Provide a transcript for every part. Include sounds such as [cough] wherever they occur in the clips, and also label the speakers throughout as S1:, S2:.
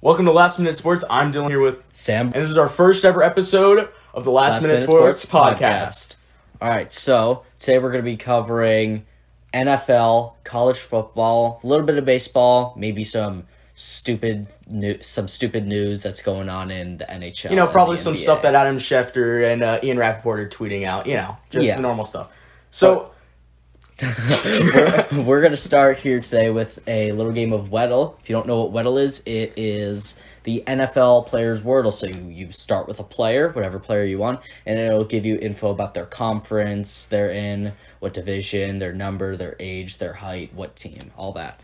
S1: Welcome to Last Minute Sports. I'm Dylan here with,
S2: Sam.
S1: and this is our first ever episode of the Last, Minute, Sports, podcast.
S2: All right, so today we're going to be covering NFL, college football, a little bit of baseball, maybe some stupid new some stupid news that's going on in the NHL.
S1: You know, probably
S2: and the
S1: some
S2: NBA.
S1: stuff that Adam Schefter and uh, Ian Rappaport are tweeting out. You know, just
S2: Yeah.
S1: the normal stuff. So,
S2: [laughs] we're going to start here today with a little game of Weddle. If you don't know what Weddle is, it is the NFL players Wordle. So you, you start with a player, whatever player you want, and it'll give you info about their conference, they're in, what division, their number, their age, their height, what team, all that.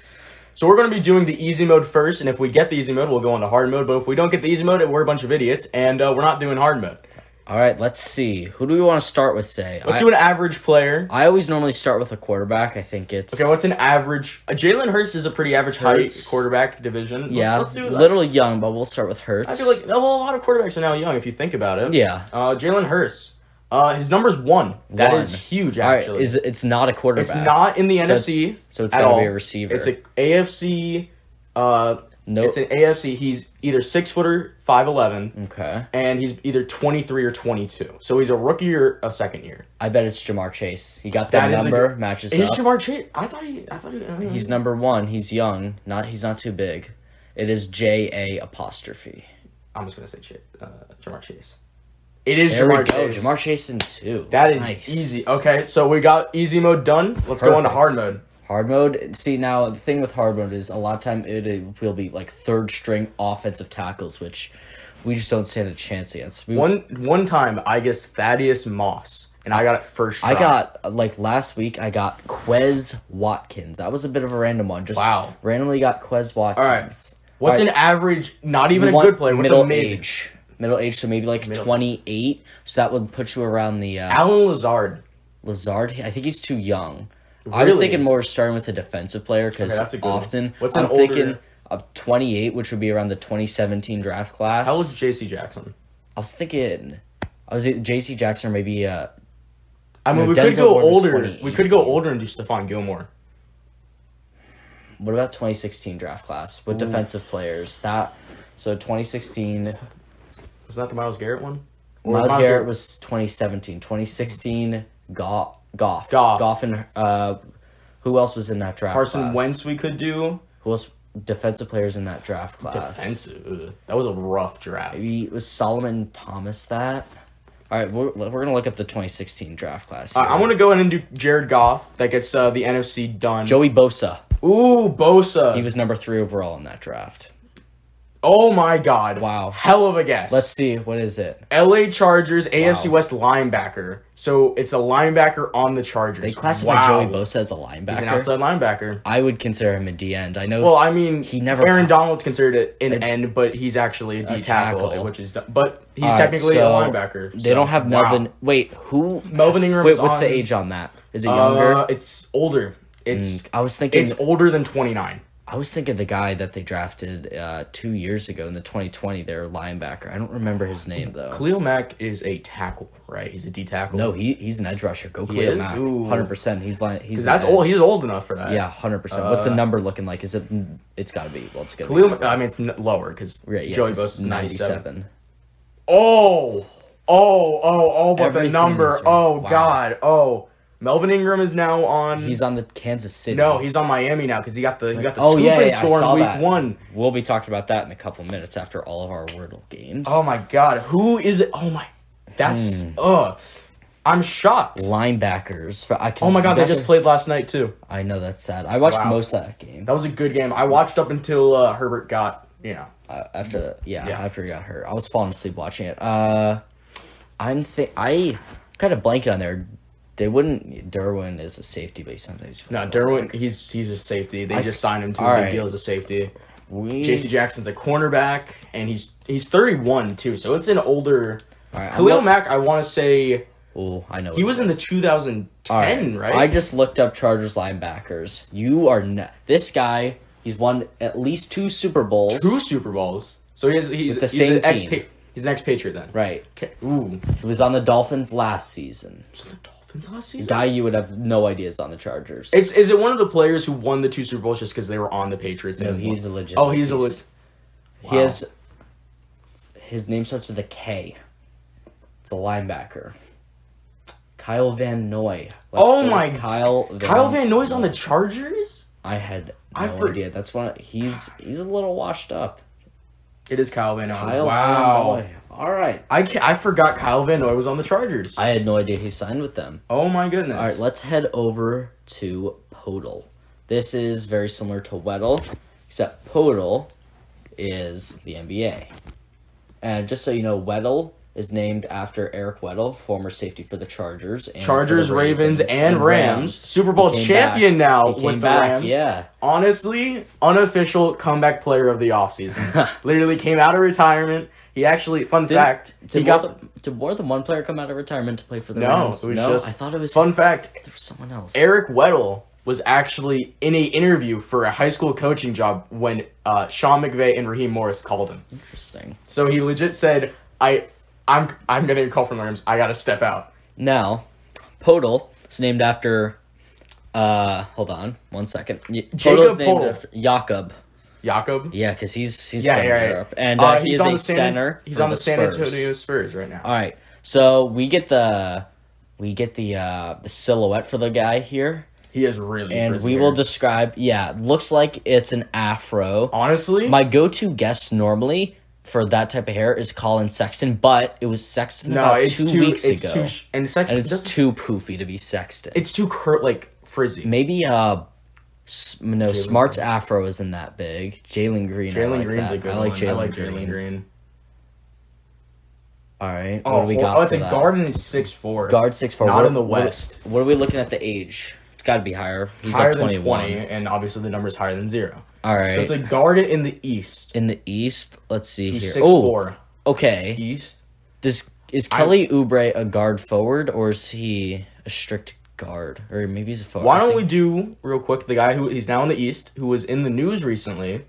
S1: so we're going to be doing the easy mode first, and if we get the easy mode, we'll go into hard mode. But if we don't get the easy mode, we're a bunch of idiots, and uh, we're not doing hard mode.
S2: All right, let's see. Who do we want to start with today?
S1: Let's
S2: I,
S1: do an average player.
S2: I always normally start with a quarterback. I think it's
S1: Okay, what's an average? Uh, Jalen Hurts is a pretty average height
S2: Hurts.
S1: quarterback division. Let's-
S2: yeah,
S1: let's, do that.
S2: little young, but we'll start with Hurts.
S1: I feel like well, a lot of quarterbacks are now young if you think about it.
S2: Yeah.
S1: Uh, Jalen Hurts. Uh, his number's one. That is
S2: One.
S1: huge.
S2: all right,
S1: Actually,
S2: is it's not a quarterback.
S1: it's not in the
S2: So-
S1: NFC.
S2: so it's
S1: at
S2: gotta
S1: all.
S2: be a receiver.
S1: It's a AFC. Uh,
S2: Nope.
S1: It's an AFC. He's either six footer, five eleven,
S2: Okay,
S1: and he's either twenty three or twenty two. So he's a rookie or a second year.
S2: I bet it's Jamar Chase. He got
S1: That
S2: that
S1: is a
S2: number
S1: good-
S2: matches
S1: Is
S2: up.
S1: Jamar Chase? I thought he. I thought he. uh,
S2: he's number one. He's young. Not he's not too big. It is J A apostrophe.
S1: I'm just gonna say shit. Uh, Jamar Chase. It is
S2: There we
S1: Jamar
S2: go.
S1: Chase.
S2: Jamar Chase in two.
S1: That is
S2: Nice.
S1: easy. Okay, so we got easy mode done. Let's go into
S2: Perfect.
S1: hard mode.
S2: Hard mode. See now, the thing with hard mode is a lot of time it, it will be like third string offensive tackles, which we just don't stand a chance against. We,
S1: One one time, I guess Thaddeus Moss, and I got it first. Try.
S2: I got like last week. I got Quez Watkins. That was a bit of a random one. Just
S1: Wow.
S2: randomly got Quez Watkins.
S1: right. What's
S2: All
S1: an average? Not even a
S2: want
S1: good player. What's
S2: middle
S1: a mid?
S2: age? Middle age, so maybe like
S1: Middle.
S2: twenty eight. So that would put you around the uh,
S1: Alan Lazard.
S2: Lazard. I think he's too young. I was
S1: Really?
S2: thinking more starting with a defensive player because
S1: Okay, that's a good one.
S2: often
S1: What's an
S2: I'm
S1: older-
S2: thinking of 28, which would be around the 2017 draft class.
S1: How was J.C. Jackson?
S2: I was thinking, I was J.C. Jackson or maybe uh,
S1: I mean,
S2: No,
S1: we could
S2: Denzel
S1: go
S2: Ward was
S1: older. We could go
S2: 2018.
S1: older and do Stephon Gilmore.
S2: what about 2016 draft class with defensive players that. So 2016,
S1: Was that the Miles Garrett one? Or
S2: Miles Garrett was 2017. 2016, Goff, Goff,
S1: Goff.
S2: Goff, and uh, who else was in that draft?
S1: Carson
S2: class?
S1: Wentz. We could do
S2: Who else? Defensive players in that draft class.
S1: defensive. Ugh, That was a rough draft.
S2: Maybe was Solomon Thomas that? All right, we're, we're gonna look up the 2016 draft class.
S1: I- Uh, I'm gonna go in and do Jared Goff. That gets uh, the NFC done.
S2: Joey Bosa.
S1: Ooh, Bosa.
S2: He was number three overall in that draft.
S1: Oh my God!
S2: Wow.
S1: hell of a guess.
S2: Let's see what is it.
S1: L.A. Chargers AFC West linebacker. So it's a linebacker on the Chargers.
S2: They classify
S1: Wow.
S2: Joey Bosa as a
S1: An
S2: linebacker.
S1: outside linebacker.
S2: I would consider him a D end. I know.
S1: Well, I mean,
S2: He never-
S1: Aaron Donald's considered it an end, but he's actually a D tackle,
S2: tackle.
S1: which is but he's
S2: All right,
S1: technically
S2: so
S1: a linebacker.
S2: They
S1: so-
S2: don't have
S1: wow.
S2: Melvin. Wait, who?
S1: Melvin Ingram.
S2: Wait,
S1: is
S2: what's the
S1: on-
S2: age on that? Is it younger?
S1: Uh, it's older. It's
S2: I was Mm, thinking.
S1: it's older than twenty nine.
S2: I was thinking the guy that they drafted uh, two years ago in the 2020, their linebacker. I don't remember his name though.
S1: Khalil Mack is a tackle, right? He's a D tackle.
S2: No, he he's an edge rusher. Go clear
S1: is?
S2: Mack.
S1: Ooh.
S2: Hundred percent. He's line. He's an
S1: that's
S2: edge.
S1: old. He's old enough for that.
S2: Yeah, hundred percent. What's the number looking like? Is it? It's got to be. Well, it's gonna
S1: Khalil.
S2: be.
S1: Ma- I mean, it's n- lower because
S2: Yeah, yeah,
S1: Joey
S2: 'cause
S1: Bosa's ninety seven.
S2: 97.
S1: Oh, oh, oh, oh, but
S2: Everything
S1: the number.
S2: is right.
S1: Oh,
S2: Wow.
S1: God. Oh. Melvin Ingram is now on.
S2: He's on the Kansas City.
S1: no, he's on Miami now because he got the he got the
S2: Oh
S1: scoop
S2: yeah,
S1: and
S2: yeah, I
S1: score
S2: saw
S1: in week
S2: that.
S1: one.
S2: We'll be talking about that in a couple minutes after all of our Wordle games.
S1: Oh my God, who is it? Oh my, that's
S2: Hmm.
S1: ugh. I'm shocked.
S2: Linebackers. For, I,
S1: Oh my God, they just played last night too.
S2: I know that's sad. I watched
S1: Wow.
S2: most of that game
S1: That was a good game. I watched up until uh, Herbert got you know.
S2: uh, after. The, yeah,
S1: Yeah.
S2: after he got hurt, I was falling asleep watching it. Uh, I'm think I kind of blanket on there. They wouldn't. Derwin is a safety, but sometimes
S1: No, Derwin, he's he's a safety. They just signed him to a
S2: all
S1: big
S2: right.
S1: deal as a safety.
S2: We
S1: J.C. Jackson's a cornerback, and he's he's 31 too, so it's an older.
S2: right, I'm
S1: Khalil
S2: not-
S1: Mack, I want to say
S2: Oh, I know.
S1: he was in the
S2: All right.
S1: 2010, right?
S2: I just looked up Chargers linebackers. You are n this guy. He's won at least two Super Bowls.
S1: two Super Bowls. So he's he's,
S2: the
S1: he's
S2: same
S1: an ex
S2: team.
S1: he's an ex-patriot then.
S2: Right.
S1: Okay. Ooh.
S2: He was on the Dolphins last season.
S1: Was it the Dolphins last season?
S2: Guy you would have no idea is on the Chargers.
S1: It's is it one of the players who won the two Super Bowls just because they were on the Patriots?
S2: So
S1: and
S2: he's a legit.
S1: Oh, he's a
S2: beast.
S1: leg-
S2: He has. His name starts with a K. It's a linebacker. Kyle Van Noy. Let's
S1: Oh
S2: go
S1: my-
S2: with Kyle. Van
S1: Kyle Van Noy's on the Chargers.
S2: I had no
S1: I for-
S2: idea. That's one. He's he's a little washed up.
S1: It is Kyle Van Noy.
S2: Kyle
S1: wow.
S2: Van Noy. All right.
S1: I ca I forgot Kyle Van Noy was on the Chargers.
S2: I had no idea he signed with them.
S1: oh my goodness.
S2: All right, let's head over to Podal. This is very similar to Weddle, except Podal is the NBA. And just so you know, Weddle is named after Eric Weddle, former safety for the Chargers. And for
S1: Chargers,
S2: the
S1: Ravens, and Rams. Super Bowl
S2: He came
S1: champion
S2: back.
S1: now
S2: He came
S1: with the
S2: back,
S1: Rams.
S2: Yeah.
S1: Honestly, unofficial comeback player of the
S2: [laughs]
S1: offseason. Literally came out of retirement. He actually, fun fact,
S2: Did
S1: he
S2: more,
S1: got.
S2: than, did more than one player come out of retirement to play for the
S1: No,
S2: Rams?
S1: it was
S2: no,
S1: just.
S2: I thought it was
S1: Fun fact
S2: there was someone else.
S1: Eric Weddle was actually in a interview for a high school coaching job when uh, Sean McVay and Raheem Morris called him.
S2: Interesting.
S1: So he legit said, "I, I'm, I'm getting a call from the Rams. I gotta step out."
S2: Now, Podal is named after. Uh, hold on one second. Y-
S1: Jacob
S2: Podol's named
S1: Podol.
S2: after Jakob.
S1: Jakob.
S2: Yeah, because he's he's
S1: Yeah,
S2: from
S1: yeah, yeah.
S2: Europe, and
S1: Uh,
S2: uh, he is
S1: on
S2: a
S1: the San-
S2: center.
S1: He's
S2: for
S1: on the, San
S2: Spurs. Uh,
S1: Antonio Spurs right now.
S2: All right, so we get the we get the uh the silhouette for the guy here,
S1: he is really.
S2: and
S1: frizzy
S2: we will
S1: hair.
S2: describe. Yeah, looks like it's an afro.
S1: honestly.
S2: My go-to guest normally for that type of hair is Colin Sexton, but it was Sexton
S1: no,
S2: about
S1: it's
S2: two
S1: too.
S2: weeks
S1: it's
S2: ago,
S1: too. sh- And sex.
S2: and it's
S1: doesn't-
S2: too poofy to be Sexton.
S1: it's too cur- like frizzy.
S2: Maybe uh, s- no, Smart's afro isn't that big. Jalen Green, I
S1: Jalen
S2: like
S1: Green's
S2: that.
S1: a good
S2: I like
S1: one.
S2: Jalen
S1: I like
S2: Green.
S1: Jalen Green.
S2: All right,
S1: Oh,
S2: what do we
S1: well,
S2: got?
S1: oh, it's
S2: for
S1: a
S2: that?
S1: guard and he's six four.
S2: Guard six four.
S1: Not
S2: What-
S1: in the
S2: what-
S1: West.
S2: What, are we looking at? The age? It's got to be higher. He's
S1: higher
S2: like
S1: than
S2: twenty
S1: twenty,
S2: one.
S1: and obviously the number's higher than zero.
S2: All right.
S1: So it's a guard in the East.
S2: in the East, let's see
S1: He's
S2: here.
S1: six
S2: oh,
S1: four.
S2: okay.
S1: East.
S2: Does is Kelly Oubre a guard forward or is he a strict guard or maybe he's a forward?
S1: Why
S2: I
S1: don't
S2: think-
S1: we do real quick the guy who he's now in the East, who was in the news recently.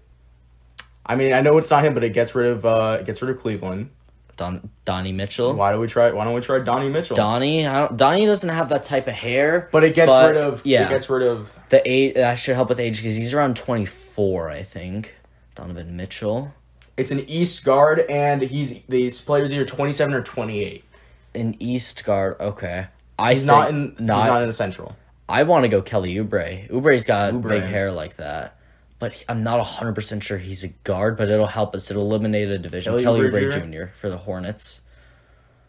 S1: I mean, I know it's not him, but it gets rid of uh it gets rid of Cleveland.
S2: Don, Donnie Mitchell?
S1: Why do we try? Why don't we try Donnie Mitchell?
S2: Donnie, I don't, Donnie doesn't have that type of hair.
S1: but it gets
S2: but,
S1: rid of
S2: yeah.
S1: It gets rid of
S2: The eight that should help with age because he's around twenty four, I think. Donovan Mitchell,
S1: it's an East guard, and he's these players either twenty seven or twenty eight.
S2: an East guard. Okay, I
S1: He's not in.
S2: think
S1: he's not in the Central.
S2: I want to go Kelly Oubre. Oubre's got
S1: Oubre.
S2: big hair like that, but he- I'm not hundred percent sure he's a guard. But it'll help us. It'll eliminate a division.
S1: Kelly
S2: Kelly,
S1: Oubre
S2: Oubre,
S1: Jr.?
S2: Jr. for the Hornets.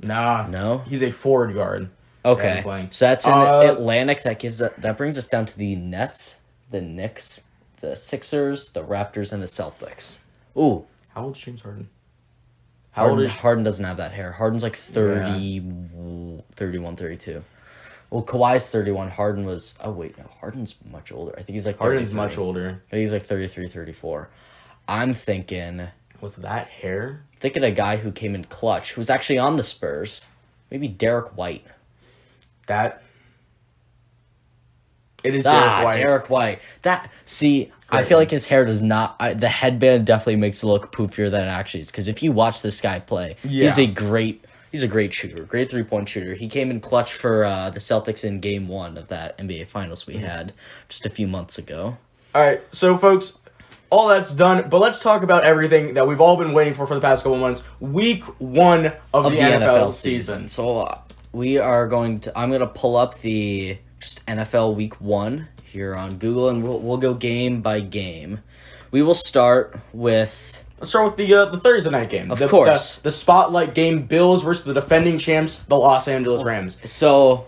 S1: Nah,
S2: No?
S1: He's a forward guard. Yeah,
S2: Okay,
S1: he's playing.
S2: so that's in
S1: Uh,
S2: the Atlantic. That gives that that brings us down to the Nets, the Knicks, the Sixers, the Raptors, and the Celtics. Ooh,
S1: How old is James Harden? How old
S2: Harden,
S1: is?
S2: Harden doesn't have that hair. Harden's like 30, 31, 32. Well, Kawhi's 31. Harden was, oh, wait, no. Harden's much older. I think he's like
S1: Harden's
S2: 33.
S1: much older.
S2: I think he's like 33, 34. I'm thinking,
S1: With that hair,
S2: thinking a guy who came in clutch, who was actually on the Spurs. Maybe Derek White.
S1: that. It is
S2: ah,
S1: Derek White.
S2: Derek White. That see, I feel like his hair does not. I, the headband definitely makes it look poofier than it actually is. Because if you watch this guy play, he's
S1: Yeah.
S2: a great. He's a great shooter, great three point shooter. He came in clutch for uh, the Celtics in Game One of that NBA Finals
S1: Mm-hmm.
S2: we had just a few months ago.
S1: All right, so folks, all that's done, but let's talk about everything that we've all been waiting for for the past couple months. Week one of, the, NFL, season.
S2: So uh, we are going to. I'm going to pull up the just NFL Week One here on Google, and we'll, we'll go game by game. We will start with
S1: Let's start with the uh, the Thursday night game. Of the,
S2: course.
S1: the, the spotlight game: Bills versus the defending champs, the Los Angeles Rams.
S2: So,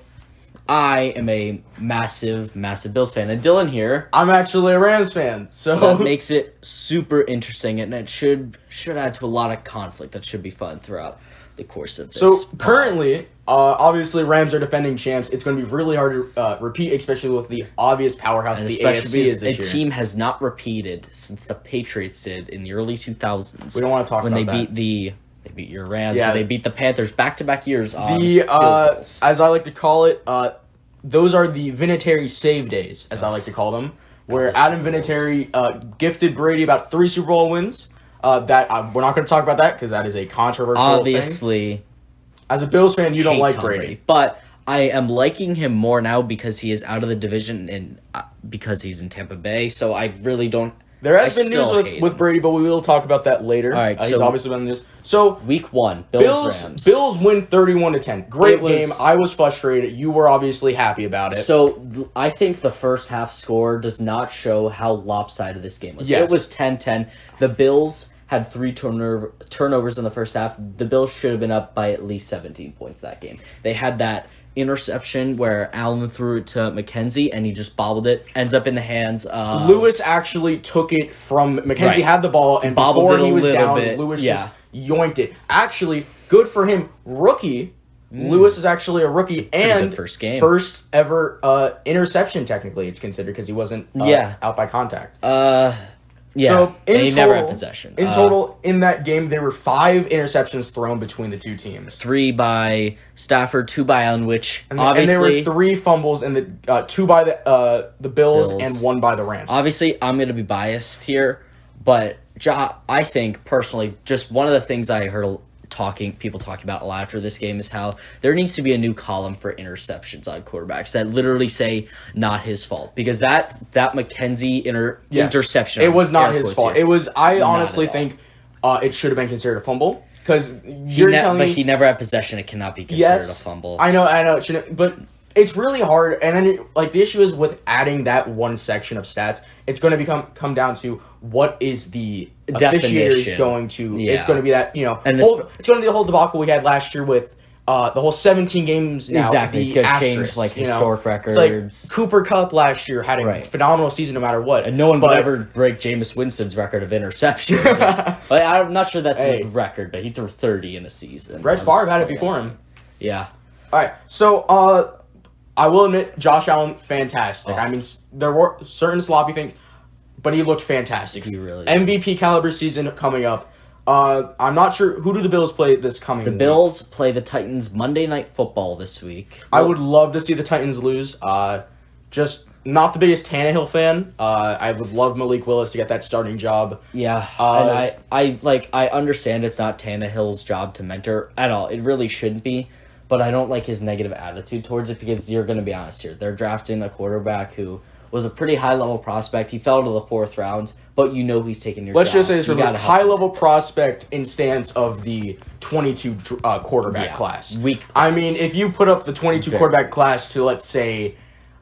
S2: I am a massive, massive Bills fan, and Dylan here
S1: I'm actually a Rams fan, so,
S2: that makes it super interesting, and it should should add to a lot of conflict that should be fun throughout the course of
S1: [laughs]
S2: this.
S1: so currently, uh, obviously Rams are defending champs. It's going to be really hard to uh, repeat, especially with the obvious powerhouse the AFC
S2: especially
S1: is
S2: as a
S1: this year.
S2: team has not repeated since the Patriots did in the early two thousands.
S1: We don't wanna talk
S2: when
S1: about
S2: they
S1: that.
S2: beat the they beat your Rams,
S1: Yeah.
S2: and they beat the Panthers back to back years. On
S1: the
S2: field
S1: uh,
S2: goals.
S1: as I like to call it, uh, those are the Vinatieri save days, as I like to call them, where Adam Vinatieri uh, gifted Brady about three Super Bowl wins. Uh, that uh, we're not going to talk about that because that is a controversial thing.
S2: obviously.
S1: As a Bills fan, you don't
S2: hate
S1: like
S2: Tom
S1: Brady.
S2: but I am liking him more now because he is out of the division and uh, because he's in Tampa Bay. So I really don't
S1: There has
S2: I
S1: been news
S2: still
S1: with,
S2: hate
S1: with
S2: him.
S1: Brady, but we will talk about that later.
S2: All right,
S1: Uh, he's
S2: so-
S1: obviously been in the news. So
S2: Week one, Bills,
S1: Bills
S2: Rams.
S1: Bills win thirty one to ten. Great
S2: It
S1: game.
S2: was-
S1: I was frustrated. You were obviously happy about it.
S2: So th- I think the first half score does not show how lopsided this game was.
S1: Yes.
S2: It was 10-10. The Bills had three turnover turnovers in the first half. The Bills should have been up by at least 17 points that game. They had that interception where Allen threw it to McKenzie and he just bobbled it. Ends up in the hands of
S1: Lewis actually took it from McKenzie
S2: Right.
S1: had the ball and
S2: Bobbled
S1: before
S2: it a
S1: he was
S2: little
S1: down,
S2: bit,
S1: Lewis
S2: yeah.
S1: just yoinked it. Actually, good for him. Rookie
S2: Mm.
S1: Lewis is actually a rookie and
S2: good first game.
S1: first ever uh, interception. Technically, it's considered because he wasn't uh,
S2: Yeah.
S1: out by contact.
S2: uh yeah.
S1: So in
S2: they
S1: total,
S2: never had possession.
S1: In
S2: Uh,
S1: total, in that game, there were five interceptions thrown between the two teams.
S2: three by Stafford, two by Allen, which
S1: And,
S2: obviously
S1: and there were three fumbles, and the uh, two by the uh, the Bills,
S2: Bills.
S1: and one by the Rams.
S2: obviously I'm gonna be biased here, but Ja, I think personally, just one of the things I heard a- talking people talking about a lot after this game is how there needs to be a new column for interceptions on quarterbacks that literally say not his fault because that that McKenzie inter-
S1: Yes.
S2: interception
S1: It was not
S2: air
S1: his
S2: quotes
S1: fault.
S2: here,
S1: It was. I
S2: at
S1: honestly
S2: all.
S1: think uh, it should have been considered a fumble because
S2: he
S1: you're
S2: ne-
S1: telling
S2: but
S1: me
S2: he never had possession. It cannot be considered
S1: yes.
S2: a fumble.
S1: I know. I know. It shouldn't. But it's really hard. And then it- like the issue is with adding that one section of stats, it's going to become come down to what is the officiator's
S2: Definition.
S1: going to. It's
S2: Yeah.
S1: going to be that you know.
S2: And this-
S1: whole, it's going to be the whole debacle we had last year with. Uh, the whole 17 games now.
S2: Exactly.
S1: the
S2: It's gonna change,
S1: asterisk,
S2: like,
S1: you know?
S2: historic
S1: It's
S2: records.
S1: like Cooper Cup last year had a
S2: Right.
S1: phenomenal season, no matter what.
S2: And no one
S1: but-
S2: would ever break Jameis Winston's record
S1: [laughs]
S2: of interceptions. but I'm not sure that's
S1: Hey.
S2: a record, but he threw 30 in a season.
S1: Brett
S2: I'm
S1: Favre had it
S2: still
S1: before
S2: gonna-
S1: him.
S2: Yeah.
S1: All right, so uh, I will admit Josh Allen fantastic.
S2: Oh.
S1: I mean, s- there were certain sloppy things, but he looked fantastic.
S2: He really did.
S1: MVP caliber season coming up. Uh, I'm not sure who do the Bills play this coming.
S2: The Bills play the Titans Monday Night Football this week.
S1: I would love to see the Titans lose. Uh, just not the biggest Tannehill fan. Uh, I would love Malik Willis to get that starting job.
S2: Yeah,
S1: Uh,
S2: and I, I like, I understand it's not Tannehill's job to mentor at all. It really shouldn't be, but I don't like his negative attitude towards it because you're going to be honest here. They're drafting a quarterback who was a pretty high level prospect. He fell to the fourth round, but you know he's taking your.
S1: Let's
S2: job.
S1: just say this
S2: You
S1: from a
S2: gotta help
S1: high
S2: him.
S1: level prospect in stance of the 22 dr- uh, quarterback
S2: Yeah,
S1: class.
S2: weak
S1: I
S2: class.
S1: mean, if you put up the 22
S2: Very-
S1: quarterback class to, let's say,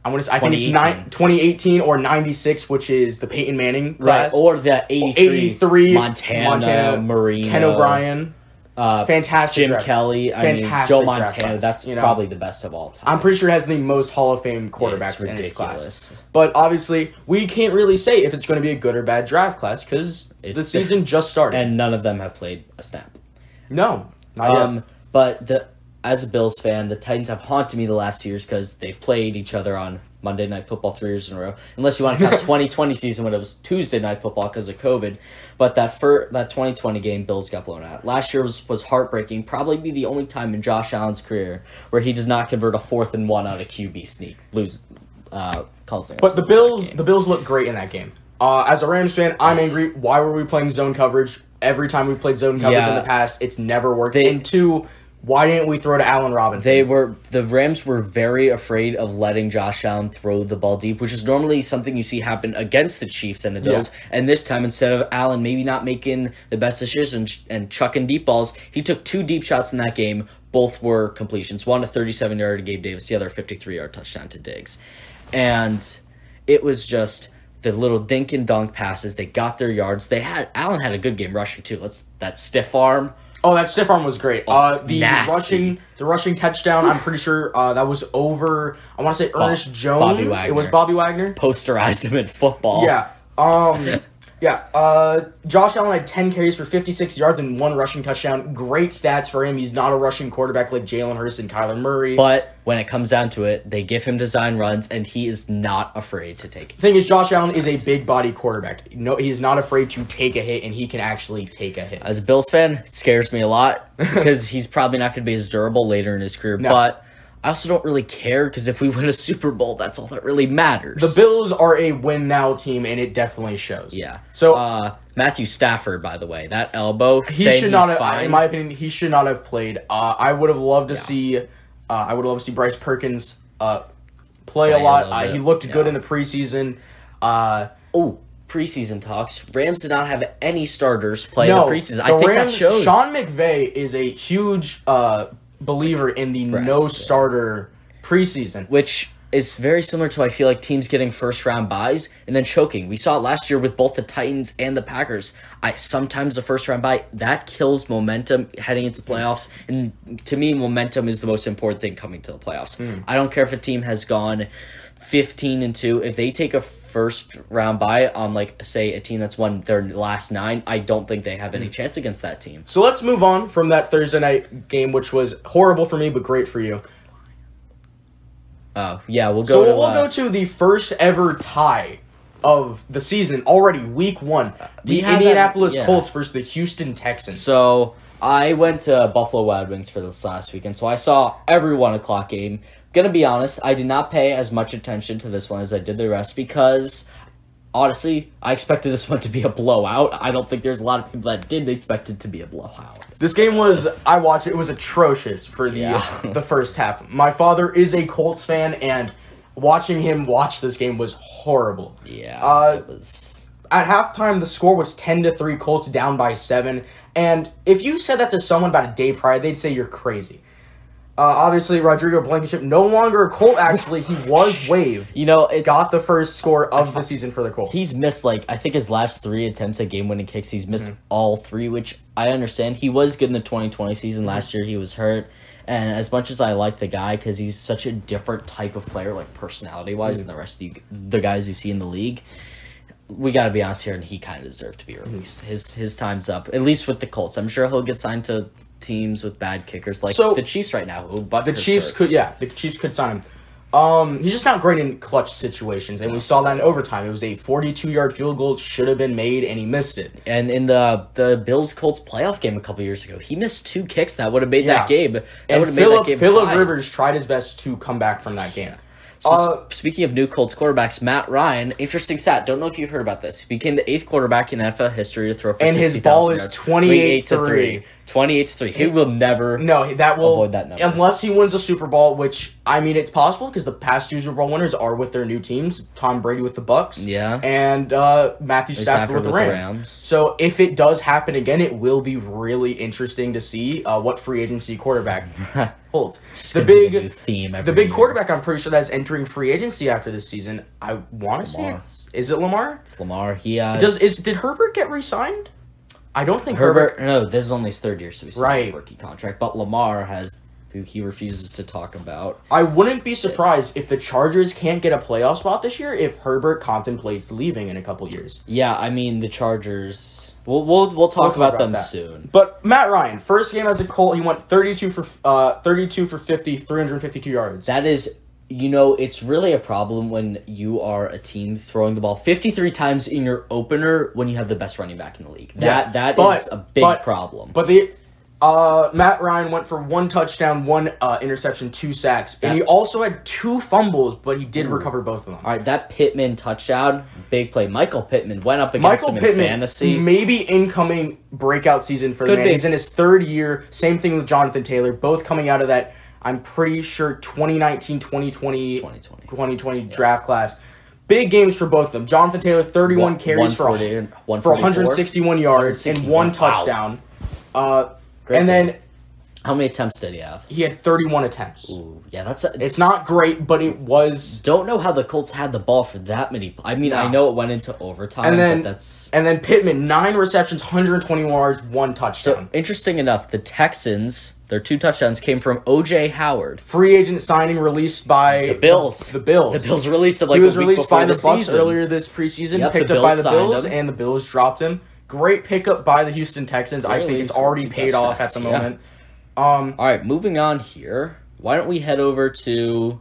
S1: I want to I think it's
S2: 2018.
S1: nine, 2018 or 96, which is the Peyton Manning
S2: Right,
S1: class.
S2: or the 83,
S1: 83,
S2: Montana, Marino,
S1: Ken O'Brien.
S2: uh,
S1: Fantastic.
S2: Jim
S1: draft.
S2: Kelly. I mean,
S1: Fantastic
S2: Joe
S1: draft
S2: Montana.
S1: class,
S2: that's
S1: you know?
S2: probably the best of all time.
S1: I'm pretty sure has the most Hall of Fame quarterbacks in his
S2: ridiculous.
S1: class. But obviously, we can't really say if it's going to be a good or bad draft class because the
S2: It's-
S1: season just started.
S2: and none of them have played a snap.
S1: no, not yet.
S2: Um, but the as a Bills fan, the Titans have haunted me the last two years because they've played each other on Monday Night Football three years in a row. Unless you want to count 2020 season when it was Tuesday Night Football because of COVID. But that fir- that 2020 game, Bills got blown out. Last year was, was heartbreaking. Probably be the only time in Josh Allen's career where he does not convert a fourth and one on a QB sneak. Lose. Uh, calls it.
S1: But the Bills, the Bills look great in that game. Uh, as a Rams fan, I'm angry. Why were we playing zone coverage every time we played zone coverage in
S2: Yeah.
S1: the past? It's never worked.
S2: They-
S1: and two, why didn't we throw to Allen Robinson?
S2: They were the Rams were very afraid of letting Josh Allen throw the ball deep, which is normally something you see happen against the Chiefs and the Bills. And this time, instead of Allen maybe not making the best decisions and, and chucking deep balls, he took two deep shots in that game. Both were completions. One a thirty-seven yard to Gabe Davis, the other a fifty-three yard touchdown to Diggs, and it was just the little dink and dunk passes. They got their yards. They had Allen had a good game rushing too. Let's that stiff arm.
S1: oh, that stiff arm was great. Uh, the
S2: nasty.
S1: rushing, the rushing touchdown. I'm pretty sure uh, that was over. I want to say Ernest Jones.
S2: Bobby
S1: It was
S2: Wagner.
S1: Bobby Wagner.
S2: Posterized him in football.
S1: Yeah.
S2: [laughs]
S1: Um. Yeah, uh, Josh Allen had 10 carries for 56 yards and one rushing touchdown. Great stats for him. He's not a rushing quarterback like Jalen Hurst and Kyler Murray.
S2: But when it comes down to it, they give him design runs, and he is not afraid to take it.
S1: thing is, Josh Allen is a big body quarterback. No, he's not afraid to take a hit, and he can actually take a hit.
S2: As a Bills fan, it scares me
S1: [laughs]
S2: a lot because he's probably not going to be as durable later in his career. But I also don't really care because if we win a Super Bowl, that's all that really matters.
S1: The Bills are a win now team, and it definitely shows.
S2: yeah.
S1: So
S2: uh, Matthew Stafford, by the way, that elbow.
S1: he
S2: saying
S1: should not.
S2: he's
S1: Have,
S2: fine.
S1: In my opinion, he should not have played. Uh, I would have loved to see. Uh, I would love to see Bryce Perkins uh, play,
S2: Play
S1: a
S2: a
S1: lot.
S2: little
S1: uh, he
S2: bit,
S1: looked good
S2: yeah.
S1: in the preseason. Uh,
S2: oh, preseason talks, Rams did not have any starters play in the preseason. I
S1: the
S2: think
S1: Rams-
S2: that shows.
S1: Sean McVay is a huge uh, believer in the no
S2: Rest, yeah.
S1: starter preseason.
S2: which is very similar to I feel like teams getting first round buys and then choking. We saw it last year with both the Titans and the Packers. I sometimes the first round buy that kills momentum heading into the playoffs, and to me, momentum is the most important thing coming to the playoffs.
S1: Hmm.
S2: I don't care if a team has gone fifteen and two. If they take a first round buy on like say a team that's won their last nine, I don't think they have any
S1: Hmm.
S2: chance against that team.
S1: So let's move on from that Thursday night game, which was horrible for me but great for you.
S2: Oh yeah, we'll go.
S1: So
S2: to,
S1: we'll
S2: uh,
S1: go to the first ever tie of the season already, week one. The
S2: had that-
S1: Indianapolis
S2: yeah.
S1: Colts versus the Houston Texans.
S2: So I went to Buffalo Wild Wings for this last weekend, so I saw every one o'clock game. Gonna be honest, I did not pay as much attention to this one as I did the rest because honestly, I expected this one to be a blowout. I don't think there's a lot of people that didn't expect it to be a blowout.
S1: This game was I watched it, it was atrocious for the
S2: Yeah.
S1: [laughs] the first half. My father is a Colts fan and watching him watch this game was horrible.
S2: Yeah,
S1: Uh,
S2: it was.
S1: At halftime the score was 10 to 3 Colts down by 7 and if you said that to someone about a day prior they'd say you're crazy. Uh, obviously Rodrigo Blankenship no longer a Colt actually he
S2: [laughs]
S1: was waived.
S2: You know, it,
S1: Got the first score of the season for the Colts.
S2: he's missed like I think his last three attempts at game winning kicks. He's
S1: Mm-hmm.
S2: missed all three, which I understand. He was good in the twenty twenty
S1: Mm-hmm.
S2: season last year. He was hurt, and as much as I like the guy because he's such a different type of player, like personality wise,
S1: Mm-hmm.
S2: than the rest of you, the guys you see in the league. We got to be honest here, and he kind of deserved to be
S1: Mm-hmm.
S2: released. His his time's up, at least with the Colts. I'm sure he'll get signed to teams with bad kickers, like
S1: So-
S2: the Chiefs right now. Who
S1: The Chiefs could, yeah, the Chiefs could sign him. Um, he's just not great in clutch situations, and we saw that in overtime. It was a 42-yard field goal, should have been made, and he missed it.
S2: And in the the Bills Colts playoff game a couple years ago, he missed two kicks that would have made
S1: Yeah.
S2: that game. That
S1: And
S2: would have made that
S1: Philip,
S2: game.
S1: Philip
S2: tied.
S1: Rivers tried his best to come back from that game.
S2: So
S1: Uh,
S2: s- speaking of new Colts quarterbacks, Matt Ryan, interesting stat. Don't know if you heard about this. He became the eighth quarterback in NFL history to throw for
S1: And his
S2: 60,000
S1: ball is
S2: yards.
S1: 28
S2: to three. Twenty-eight to three. He will never.
S1: No, that will
S2: Avoid that number.
S1: unless he wins a Super Bowl, which I mean it's possible because the past two Super Bowl winners are with their new teams. Tom Brady with the Bucks,
S2: Yeah.
S1: and uh, Matthew Stafford, with, the, Rams.
S2: Rams.
S1: So if it does happen again, it will be really interesting to see uh, what free agency
S2: [laughs]
S1: quarterback holds. the
S2: gonna be
S1: big
S2: the new theme every
S1: the big
S2: year.
S1: quarterback. I'm pretty sure that's entering free agency after this season. I want to say
S2: Lamar.
S1: it's, is it Lamar?
S2: It's Lamar. He uh,
S1: Does is did Herbert get re-signed? I don't think Herbert
S2: Herbert. No, this is only his third year, so he's
S1: Right.
S2: right. a rookie contract. But Lamar has who he refuses to talk about.
S1: I wouldn't be surprised if the Chargers can't get a playoff spot this year if Herbert contemplates leaving in a couple years.
S2: Yeah, I mean the Chargers. We'll we'll we'll talk about, them
S1: that.
S2: soon.
S1: But Matt Ryan, first game as a Colt, he went 32 for uh, 32 for 50, 352 yards.
S2: That is, you know, it's really a problem when you are a team throwing the ball 53 times in your opener when you have the best running back in the league.
S1: Yes,
S2: That that is
S1: but-
S2: a big
S1: but-
S2: problem.
S1: but the uh, Matt Ryan went for one touchdown, one uh, interception, two sacks, and he
S2: That-
S1: also had two fumbles, but he did recover both of them.
S2: All right, that Pittman touchdown, big play. Michael Pittman went up against
S1: Michael
S2: him
S1: Pittman,
S2: in fantasy.
S1: maybe incoming breakout season for the
S2: Could
S1: man.
S2: be.
S1: He's in his third year. Same thing with Jonathan Taylor, both coming out of that, I'm pretty sure, 2019, 2020,
S2: 2020.
S1: 2020 draft class. Big games for both of them. Jonathan Taylor, 31
S2: One-
S1: carries for,
S2: 140
S1: a-
S2: and
S1: for
S2: 144.
S1: 161 yards and one
S2: 161, wow.
S1: touchdown. Uh,
S2: Great
S1: and
S2: game.
S1: then
S2: How many attempts did he have?
S1: he had 31 attempts.
S2: Ooh, yeah, that's a,
S1: It's not great, but it was.
S2: Don't know how the Colts had the ball for that many. I mean, I
S1: No.
S2: know it went into overtime,
S1: And then,
S2: but that's
S1: and then Pittman, nine receptions, 121 yards, one touchdown.
S2: interesting enough. The Texans, their two touchdowns came from OJ Howard.
S1: free agent signing released by the
S2: Bills.
S1: The, Bills.
S2: The Bills released him like
S1: he was
S2: a week
S1: released by
S2: before
S1: the, Bucks
S2: season.
S1: earlier this preseason,
S2: Yep, the
S1: picked up by
S2: Bills
S1: the
S2: signed
S1: Bills,
S2: him.
S1: and the Bills dropped him. Great pickup by the Houston Texans. I
S2: Really,
S1: think it's
S2: it's
S1: already
S2: two
S1: paid off at the
S2: touchdowns, yeah.
S1: moment.
S2: All right, moving on here. Why don't we head over to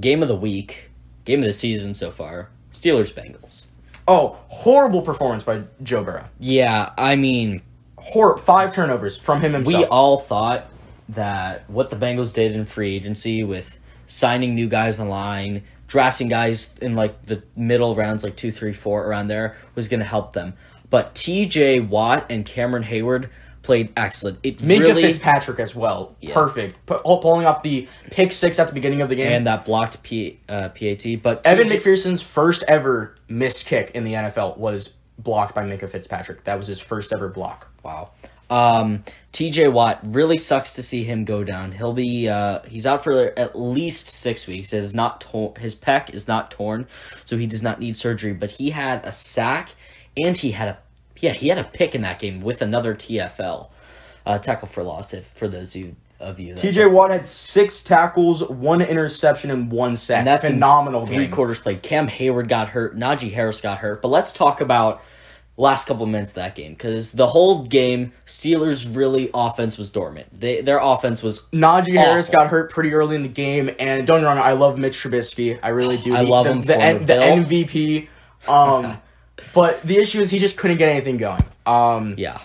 S2: game of the week, game of the season so far? Steelers Bengals.
S1: Oh, horrible performance by Joe Burrow.
S2: Yeah, I mean,
S1: Hor- five turnovers from him
S2: we
S1: himself.
S2: all thought that what the Bengals did in free agency with signing new guys in the line, drafting guys in like the middle rounds, like two, three, four, around there, was going to help them. But TJ Watt and Cameron Hayward played excellent. It
S1: Minka
S2: really
S1: Fitzpatrick as well. Perfect. P- pulling off the pick six at the beginning of the game.
S2: and that blocked P, uh, PAT. But
S1: Evan
S2: TJ
S1: McPherson's first ever missed kick in the NFL was blocked by Minka Fitzpatrick. That was his first ever block.
S2: wow. Um, TJ Watt really sucks to see him go down. He'll be uh, he's out for at least six weeks. It is not to- his pec is not torn, so he does not need surgery. But he had a sack and he had a yeah he had a pick in that game with another TFL uh, tackle for loss. If for those of you of you that
S1: TJ Watt had six tackles, one interception, and one sack.
S2: And that's in
S1: phenomenal.
S2: Three
S1: game.
S2: quarters played. Cam Hayward got hurt. Najee Harris got hurt. But let's talk about last couple minutes of that game because the whole game, Steelers really offense was dormant. They their offense was.
S1: Najee Harris
S2: Awful.
S1: got hurt pretty early in the game, and don't get me wrong, I love Mitch Trubisky. I really do.
S2: I
S1: He-
S2: love
S1: the,
S2: him,
S1: The, N- the
S2: former Bill.
S1: MVP.
S2: [laughs]
S1: Um, but the issue is he just couldn't get anything going. Um,
S2: Yeah,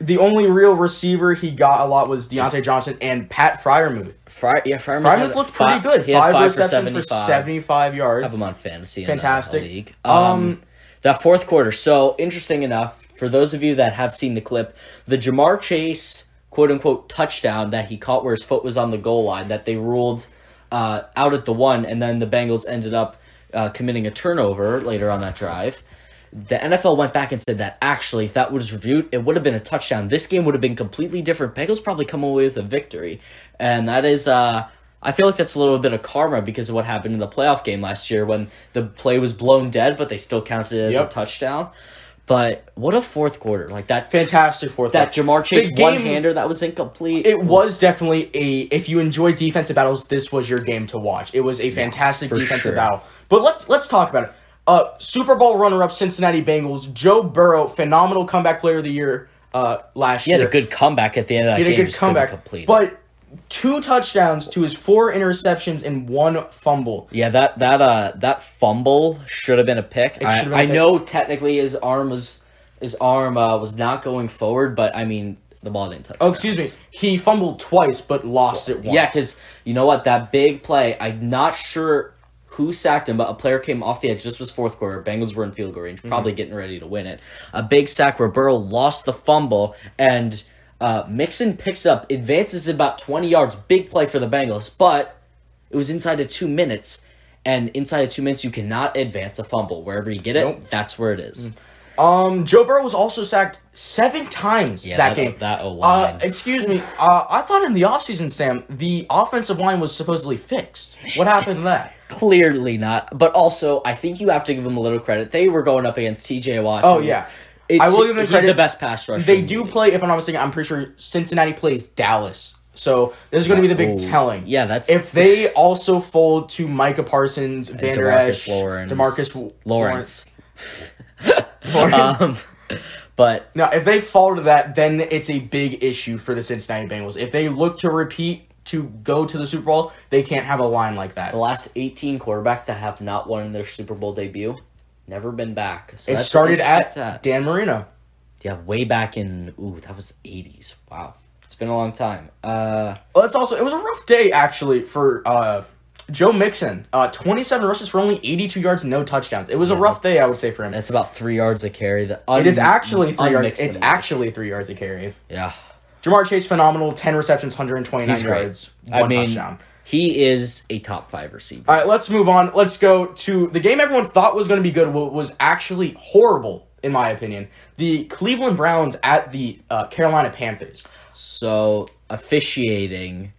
S1: the only real receiver he got a lot was Deontay Johnson and Pat Fryermuth.
S2: Fry, yeah, Fryermuth,
S1: Fryermuth
S2: had
S1: looked
S2: fi-
S1: pretty good.
S2: He had
S1: Five,
S2: five, for
S1: receptions for
S2: 75.
S1: seventy-five yards.
S2: have him on fantasy.
S1: Fantastic.
S2: In the league. Um, that fourth quarter. So interesting enough, for those of you that have seen the clip, the Jamar Chase quote unquote touchdown that he caught where his foot was on the goal line that they ruled uh, out at the one, and then the Bengals ended up uh, committing a turnover later on that drive. The NFL went back and said that actually, if that was reviewed, it would have been a touchdown. This game would have been completely different. Bengals probably come away with a victory, and that is uh, I feel like that's a little bit of karma because of what happened in the playoff game last year when the play was blown dead, but they still counted it as a
S1: Yep.
S2: touchdown. But what a fourth quarter! Like that,
S1: Fantastic fourth.
S2: that
S1: round.
S2: Jamar Chase
S1: The game-
S2: one hander that was incomplete.
S1: It was definitely a. If you enjoy defensive battles, this was your game to watch. It was a fantastic
S2: for
S1: defensive
S2: sure.
S1: battle. But let's let's talk about it. Uh, Super Bowl runner-up Cincinnati Bengals. Joe Burrow, phenomenal comeback player of the year uh, last
S2: he had
S1: year.
S2: a good comeback at the end of that
S1: He
S2: game.
S1: had a good
S2: just couldn't
S1: comeback,
S2: complete it.
S1: but two touchdowns to his four interceptions and one fumble.
S2: Yeah, that that uh that fumble should have been a pick. I,
S1: should've been a
S2: I
S1: pick.
S2: know technically his arm was his arm uh, was not going forward, but I mean the ball didn't touch.
S1: Oh, excuse me. He fumbled twice, but lost it once.
S2: Yeah, because you know what? That big play, I'm not sure who sacked him, but a player came off the edge. This was fourth quarter. Bengals were in field goal range, probably getting ready to win it. A big sack where Burrow lost the fumble, and uh, Mixon picks up, advances about 20 yards. Big play for the Bengals, but it was inside of two minutes. And inside of two minutes, you cannot advance a fumble. Wherever you get it,
S1: Nope.
S2: that's where it is.
S1: Um, Joe Burrow was also sacked seven times
S2: Yeah,
S1: that,
S2: that-
S1: game.
S2: that
S1: uh,
S2: O-line.
S1: excuse me. Uh, I thought in the offseason, Sam, the offensive line was supposedly fixed.
S2: [laughs]
S1: What happened to that?
S2: Clearly not. But also, I think you have to give them a little credit. They were going up against T.J. Watt.
S1: Oh
S2: who-
S1: yeah,
S2: It's,
S1: I will give them
S2: he's
S1: credit.
S2: the best pass rusher.
S1: They
S2: in the
S1: do
S2: league.
S1: play. If I'm not mistaken, I'm pretty sure Cincinnati plays Dallas. So this is going to be the big
S2: Oh.
S1: telling.
S2: Yeah, that's- [laughs]
S1: if they also fold to Micah Parsons, Van Der Esch,
S2: DeMarcus Lawrence.
S1: Demarcus W-
S2: Lawrence.
S1: [laughs] Lawrence.
S2: Um, [laughs] but
S1: Now, if they fall to that, then it's a big issue for the Cincinnati Bengals. If they look to repeat to go to the Super Bowl, they can't have a line like that.
S2: the last 18 quarterbacks that have not won their Super Bowl debut, never been back. So
S1: It
S2: that's
S1: started
S2: interesting
S1: at
S2: stat.
S1: Dan Marino.
S2: yeah, way back in ooh, that was 80s. Wow, it's been a long time. Uh,
S1: Let's also. It was a rough day actually for uh, Joe Mixon. Uh, Twenty-seven rushes for only eighty-two yards, no touchdowns. It was a rough day, I would say, for him.
S2: that's about three yards a carry. The
S1: It is actually three yards.
S2: unmixable.
S1: It's actually three yards a carry.
S2: yeah.
S1: Jamar Chase, phenomenal. Ten receptions, hundred and twenty-nine
S2: He's great.
S1: yards, one
S2: I mean,
S1: touchdown.
S2: he is a top five receiver.
S1: All right, let's move on. Let's go to the game everyone thought was going to be good. What was actually horrible, in my opinion, the Cleveland Browns at the uh, Carolina Panthers.
S2: So officiating,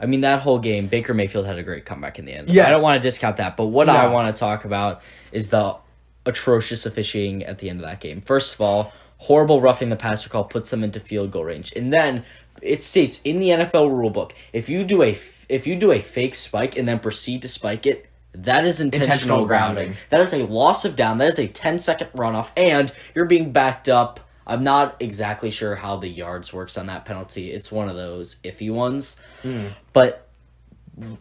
S2: I mean that whole game, Baker Mayfield had a great comeback in the end.
S1: Yes.
S2: I don't want to discount that, but what I
S1: No.
S2: want to talk about is the atrocious officiating at the end of that game. First of all, horrible roughing the passer call puts them into field goal range, and then it states in the NFL rulebook if you do a f- if you do a fake spike and then proceed to spike it. That is intentional,
S1: Intentional
S2: grounding.
S1: grounding.
S2: That is a loss of down. That is a 10 second runoff, and you're being backed up. I'm not exactly sure how the yards works on that penalty. It's one of those iffy ones. But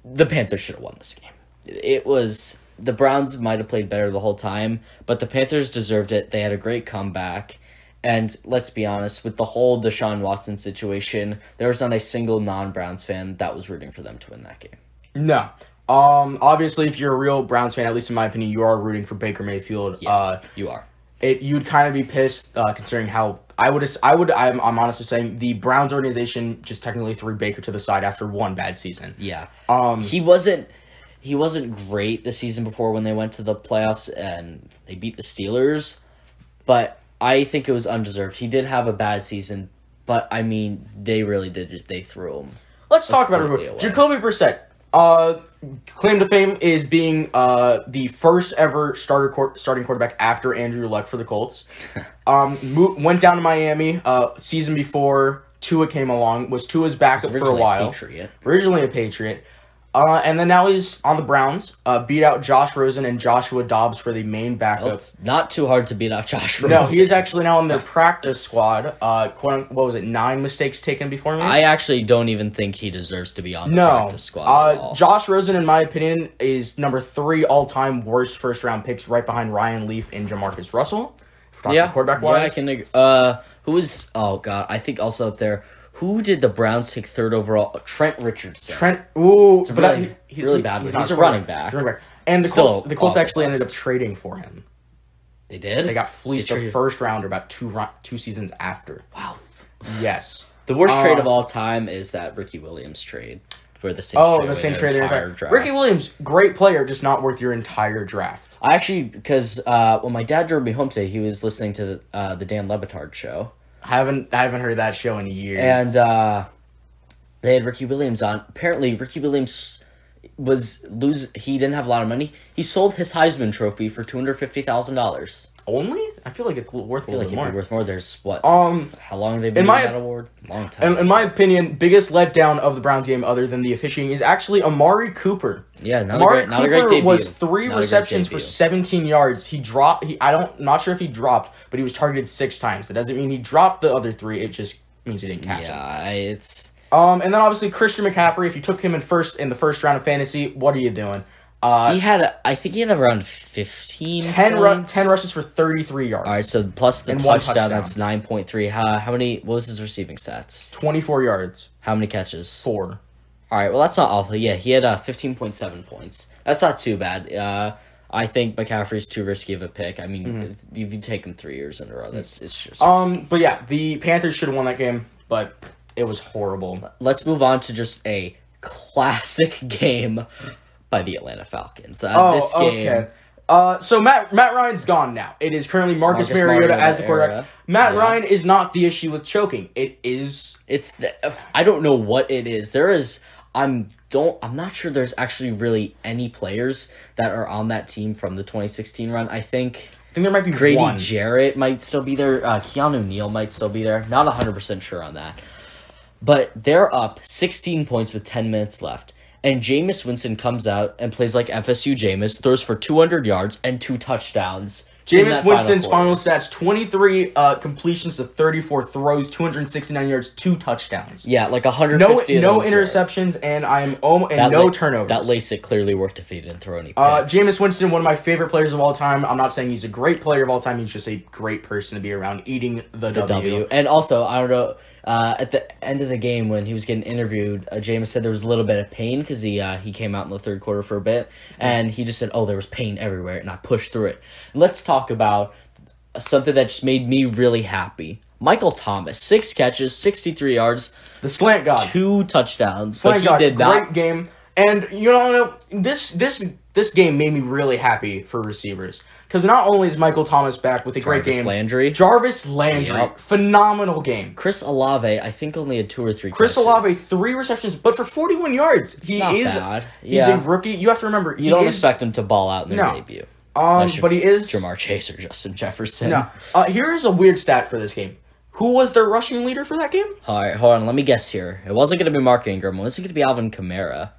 S2: the Panthers should have won this game. It was the Browns might have played better the whole time, but the Panthers deserved it. They had a great comeback. And let's be honest, with the whole Deshaun Watson situation, there was not a single non Browns fan that was rooting for them to win that game.
S1: No. Um, obviously, if you're a real Browns fan, at least in my opinion, you are rooting for Baker Mayfield. Uh,
S2: you are.
S1: it, you'd kind of be pissed uh, considering how I would. as- I would. I'm. I'm honestly saying the Browns organization just technically threw Baker to the side after one bad season.
S2: Yeah.
S1: Um,
S2: he wasn't he wasn't great the season before when they went to the playoffs and they beat the Steelers, but I think it was undeserved. He did have a bad season, but I mean they really did just they threw him.
S1: Let's talk about it.
S2: Completely
S1: real quick.
S2: away.
S1: Jacoby Brissett. Uh, claim to fame is being uh the first ever starter quar- starting quarterback after Andrew Luck for the
S2: [laughs]
S1: Colts. Um, mo- went down to Miami. Uh, season before Tua came along was Tua's backup for a
S2: Originally
S1: while.
S2: Patriot.
S1: Originally a Patriot. Uh, and then now he's on the Browns. Uh, beat out Josh Rosen and Joshua Dobbs for the main backup.
S2: It's not too hard to beat out Josh Rosen.
S1: no, he is actually now on their practice squad. Uh, quote, what was it? Nine mistakes taken before me.
S2: I actually don't even think he deserves to be on the
S1: No.
S2: practice squad. at
S1: Uh,
S2: all.
S1: Josh Rosen, in my opinion, is number three all time worst first round picks, right behind Ryan Leaf and Jamarcus Russell. If we're talking
S2: yeah,
S1: quarterback
S2: yeah, I
S1: wise.
S2: can. ag- Uh, who was? Oh god, I think also up there. Who did the Browns take third overall? Trent Richardson.
S1: Trent, ooh, but
S2: really-
S1: that- he-
S2: really bad one.
S1: not
S2: He's a
S1: quarterback.
S2: running back.
S1: He's a running And the
S2: Still
S1: Colts, the Colts
S2: awful
S1: actually ended up
S2: bust.
S1: trading for him.
S2: They did.
S1: They got fleeced
S2: They
S1: the
S2: traded-
S1: first round, or about two ru- two seasons after.
S2: wow.
S1: Yes.
S2: The worst trade
S1: Uh,
S2: of all time is that Ricky Williams trade, where the Saints.
S1: Oh,
S2: traded
S1: the
S2: away
S1: same
S2: their
S1: trade. they
S2: entire
S1: entire
S2: draft.
S1: Ricky Williams, great player, just not worth your entire draft.
S2: I actually because uh, when my dad drove me home today, he was listening to the, uh, the Dan Levitard show,
S1: I haven't I haven't heard that show in years.
S2: and uh, they had Ricky Williams on. Apparently, Ricky Williams was lose. He didn't have a lot of money. He sold his Heisman Trophy for two hundred fifty thousand dollars.
S1: Only? I feel like it's worth a
S2: Like
S1: little
S2: it'd
S1: more.
S2: be worth more. There's what?
S1: Um,
S2: how long have they been
S1: in
S2: in
S1: my-
S2: that award? Long time.
S1: In, in my opinion, biggest letdown of the Browns game, other than the officiating, is actually Amari Cooper.
S2: yeah, not a
S1: Amari
S2: great, not a great debut.
S1: was three
S2: Not a great
S1: receptions for
S2: debut.
S1: 17 yards. He dropped. He, I don't not sure if he dropped, but he was targeted six times. That doesn't mean he dropped the other three. It just means he didn't catch
S2: Yeah,
S1: them.
S2: I- it's
S1: Um, and then obviously Christian McCaffrey. If you took him in first in the first round of fantasy, what are you doing? Uh,
S2: he had. A, I think he had around fifteen.
S1: 10, ru-
S2: points.
S1: 10 rushes for 33 yards,
S2: All right, so plus the
S1: And one touchdown.
S2: touchdown, that's 9.3. How, how many, what was his receiving stats?
S1: 24 yards,
S2: How many catches?
S1: four.
S2: All right, well, that's not awful. Yeah, he had uh, 15.7 points. That's not too bad. Uh, I think McCaffrey's too risky of a pick. I mean, if- if you take him three years in a row, that's, it's just.
S1: Mm-hmm. Um, but yeah, the Panthers should have won that game, but it was horrible.
S2: Let's move on to just a classic [laughs] game by the Atlanta Falcons. Uh,
S1: Oh,
S2: this game.
S1: Uh, so Matt Matt Ryan's gone now. It is currently Marcus,
S2: Marcus
S1: Mariota
S2: Mariota
S1: as the quarterback.
S2: era.
S1: Matt
S2: Yeah.
S1: Ryan is not the issue with choking. It is
S2: It's the, I don't know what it is. There is I'm don't I'm not sure there's actually really any players that are on that team from the 2016 run. I think
S1: I think there might be
S2: Brady
S1: one.
S2: Jarrett might still be there. Uh, Keanu Neal might still be there. Not 100% sure on that. But they're up 16 points with 10 minutes left. And Jameis Winston comes out and plays like FSU Jameis, throws for 200 yards and two touchdowns. in
S1: Jameis
S2: that final
S1: Winston's
S2: quarter.
S1: final, stats: twenty-three uh, completions to thirty-four throws, two hundred sixty-nine yards, two touchdowns.
S2: Yeah, like 150
S1: No,
S2: of those
S1: no
S2: are-
S1: interceptions, and I am om- and
S2: That
S1: no
S2: la-
S1: turnovers.
S2: That LASIK clearly worked if he didn't throw any picks.
S1: uh, Jameis Winston, one of my favorite players of all time. I'm not saying he's a great player of all time. He's just a great person to be around, eating the,
S2: W. And also, I don't know. Uh, at the end of the game, when he was getting interviewed, uh, Jameis said there was a little bit of pain because he uh, he came out in the third quarter for a bit, and he just said, "Oh, there was pain everywhere," and I pushed through it. Let's talk about something that just made me really happy. Michael Thomas, six catches, sixty three yards,
S1: The slant god.
S2: two touchdowns,
S1: But
S2: but he did
S1: great
S2: not.
S1: game. And you know, this this this game made me really happy for receivers because not only is Michael Thomas back with a great
S2: Jarvis
S1: game,
S2: Landry.
S1: Jarvis Landry,
S2: Yep.
S1: phenomenal game.
S2: Chris Olave, I think only had two or three.
S1: Chris
S2: catches.
S1: Olave, three receptions, but for 41 yards, he
S2: not
S1: is
S2: bad.
S1: he's a
S2: Yeah.
S1: rookie. You have to remember,
S2: You don't expect him to ball out in their
S1: No.
S2: debut.
S1: um,
S2: Unless you're
S1: but he is.
S2: Jamar Chase or Justin Jefferson.
S1: No. Uh, here is a weird stat for this game. Who was their rushing leader for that game?
S2: [laughs] All right, hold on. Let me guess here. It wasn't going to be Mark Ingram. It wasn't going to be Alvin Kamara.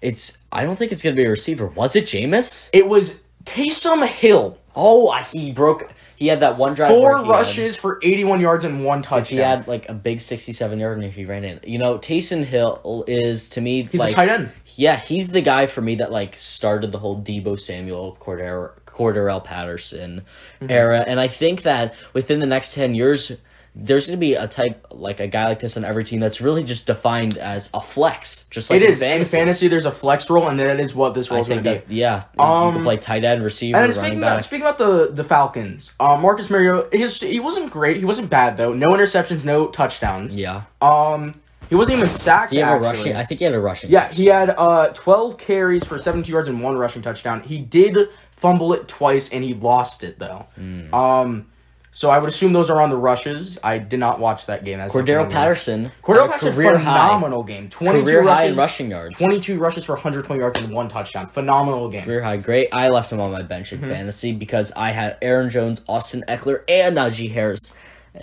S2: It's. I don't think it's going to be a receiver. Was it Jameis?
S1: It was Taysom Hill.
S2: Oh, I- he broke. He had that one drive. where
S1: Four
S2: he had-
S1: rushes for 81 yards and one touchdown.
S2: he had like a big sixty-seven yard and he ran in. You know, Taysom Hill is to me.
S1: he's
S2: like,
S1: a tight end.
S2: Yeah, he's the guy for me that like started the whole Debo Samuel,
S1: Mm-hmm.
S2: Cordero, Corderell Patterson era, and I think that within the next ten years, there's going to be a type like a guy like this on every team that's really just defined as a flex, just like
S1: It
S2: in
S1: is
S2: fantasy.
S1: in fantasy. There's a flex role, and that is what this
S2: I
S1: role is going
S2: think
S1: to be.
S2: that yeah, you
S1: Um,
S2: can play tight end, receiver,
S1: And then
S2: running
S1: speaking
S2: back.
S1: about speaking about the the Falcons, uh, Marcus Mariota, his he wasn't great. He wasn't bad though. No interceptions, no touchdowns.
S2: yeah,
S1: Um, he wasn't even sacked.
S2: he had a
S1: actually.
S2: rushing. I think he had a rushing.
S1: Yeah, he had uh 12 carries for 72 yards and one rushing touchdown. He did fumble it twice and he lost it though.
S2: Hmm.
S1: Um, so I would assume those are on the rushes. I did not watch that game. That's something
S2: Cordero
S1: I'm-
S2: Patterson. had
S1: Cordero
S2: a
S1: Patterson,
S2: career
S1: phenomenal game.
S2: high,
S1: 22
S2: career
S1: rushes,
S2: high in rushing yards.
S1: 22 rushes for 120 yards and one touchdown. Phenomenal game.
S2: Career high, great. I left him on my bench in
S1: Mm-hmm.
S2: fantasy because I had Aaron Jones, Austin Eckler, and Najee Harris,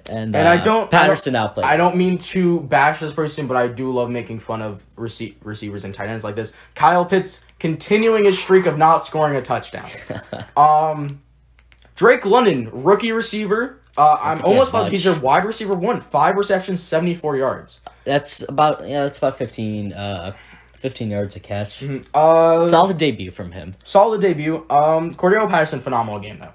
S2: and
S1: And I
S2: uh,
S1: don't
S2: Patterson
S1: I don't,
S2: outplayed.
S1: I don't mean to bash this person, but I do love making fun of rece- receivers and tight ends like this. Kyle Pitts continuing his streak of not scoring a
S2: [laughs]
S1: touchdown. um, Drake London, rookie receiver. Uh, I'm almost positive he's
S2: much.
S1: a wide receiver one, five receptions, 74 yards.
S2: That's about yeah, that's about fifteen uh, fifteen yards a catch.
S1: Uh,
S2: Solid debut from him.
S1: solid debut. Um, Cordero Patterson, phenomenal game though.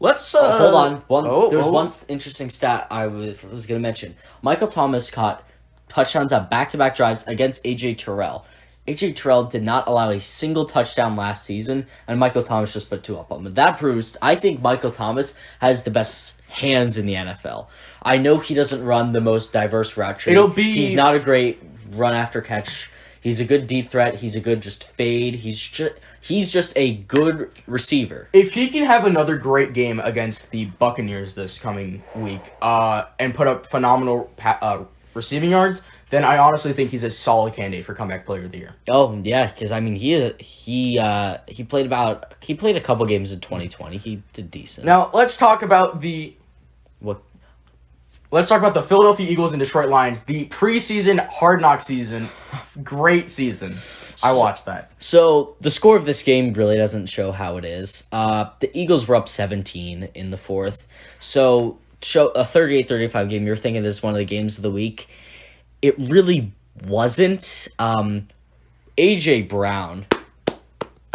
S1: Let's uh,
S2: Oh, hold on. One
S1: oh,
S2: there's
S1: oh.
S2: one s- interesting stat I was, was going to mention. Michael Thomas caught touchdowns on back-to-back drives against AJ Terrell. AJ Terrell did not allow a single touchdown last season, and Michael Thomas just put two up on him. That proves I think Michael Thomas has the best hands in the NFL. I know he doesn't run the most diverse route tree.
S1: It'll be-
S2: he's not a great run after catch. He's a good deep threat. He's a good just fade. He's just he's just a good receiver.
S1: if he can have another great game against the Buccaneers this coming week, uh, and put up phenomenal pa- uh, receiving yards, then I honestly think he's a solid candidate for comeback player of the year.
S2: Oh yeah, because I mean he is he uh he played about he played a couple games in twenty twenty. He did decent.
S1: Now let's talk about the
S2: What
S1: let's talk about the Philadelphia Eagles and Detroit Lions, the preseason hard knock season, great season. I watched that.
S2: So the score of this game really doesn't show how it is. Uh, the Eagles were up 17 in the fourth. So show a 38-35 game. You're thinking this is one of the games of the week. It really wasn't. Um, AJ Brown,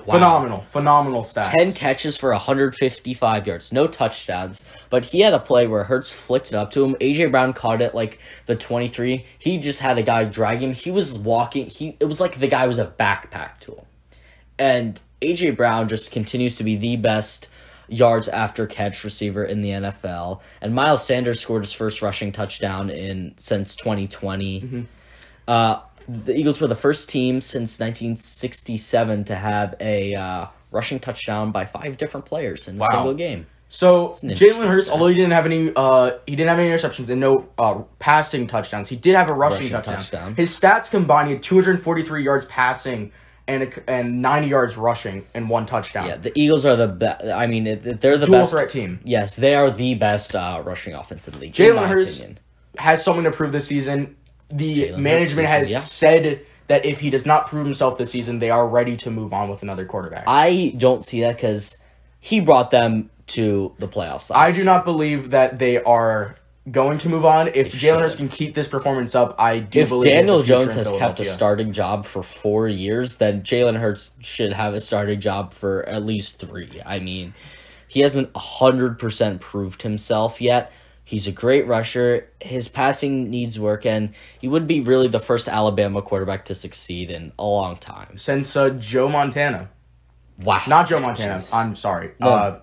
S2: wow.
S1: Phenomenal, phenomenal stats.
S2: 10 catches for 155 yards, no touchdowns, but he had a play where Hertz flicked it up to him. AJ Brown caught it like the 23. He just had a guy drag him. He was walking. He it was like the guy was a backpack to him. And AJ Brown just continues to be the best yards after catch receiver in the NFL. And Miles Sanders scored his first rushing touchdown in since 2020.
S1: Mm-hmm.
S2: Uh, the Eagles were the first team since 1967 to have a uh, rushing touchdown by five different players in a
S1: Wow.
S2: single game.
S1: So
S2: an
S1: Jalen
S2: interesting
S1: Hurts,
S2: stat.
S1: although he didn't have any, uh, he didn't have any interceptions and no uh, passing touchdowns. He did have a rushing,
S2: Rushing
S1: touchdown.
S2: touchdown.
S1: His stats combined: he had 243 yards passing and a, and 90 yards rushing and one touchdown.
S2: Yeah, the Eagles are the best. I mean, it- it- they're the
S1: Dual
S2: best
S1: threat team.
S2: Yes, they are the best uh, rushing offense in the league.
S1: Jalen
S2: in my
S1: Hurts-
S2: opinion.
S1: Has something to prove this season. The
S2: Hurts
S1: management
S2: season,
S1: has
S2: yeah.
S1: said that if he does not prove himself this season, they are ready to move on with another quarterback. I,
S2: I don't see that because he brought them to the playoffs. last
S1: do not believe that they are going to move on. If Jalen
S2: shouldn't.
S1: Hurts can keep this performance up, I do
S2: if
S1: believe there's a
S2: Daniel
S1: future
S2: Jones
S1: in
S2: has kept a
S1: Philadelphia.
S2: starting job for four years, then Jalen Hurts should have a starting job for at least three. I mean, he hasn't hundred percent proved himself yet. He's a great rusher. His passing needs work, and he would be really the first Alabama quarterback to succeed in a long time.
S1: since uh, Joe Montana.
S2: Wow,
S1: Not Joe Montana.
S2: Jeez.
S1: I'm sorry. Uh,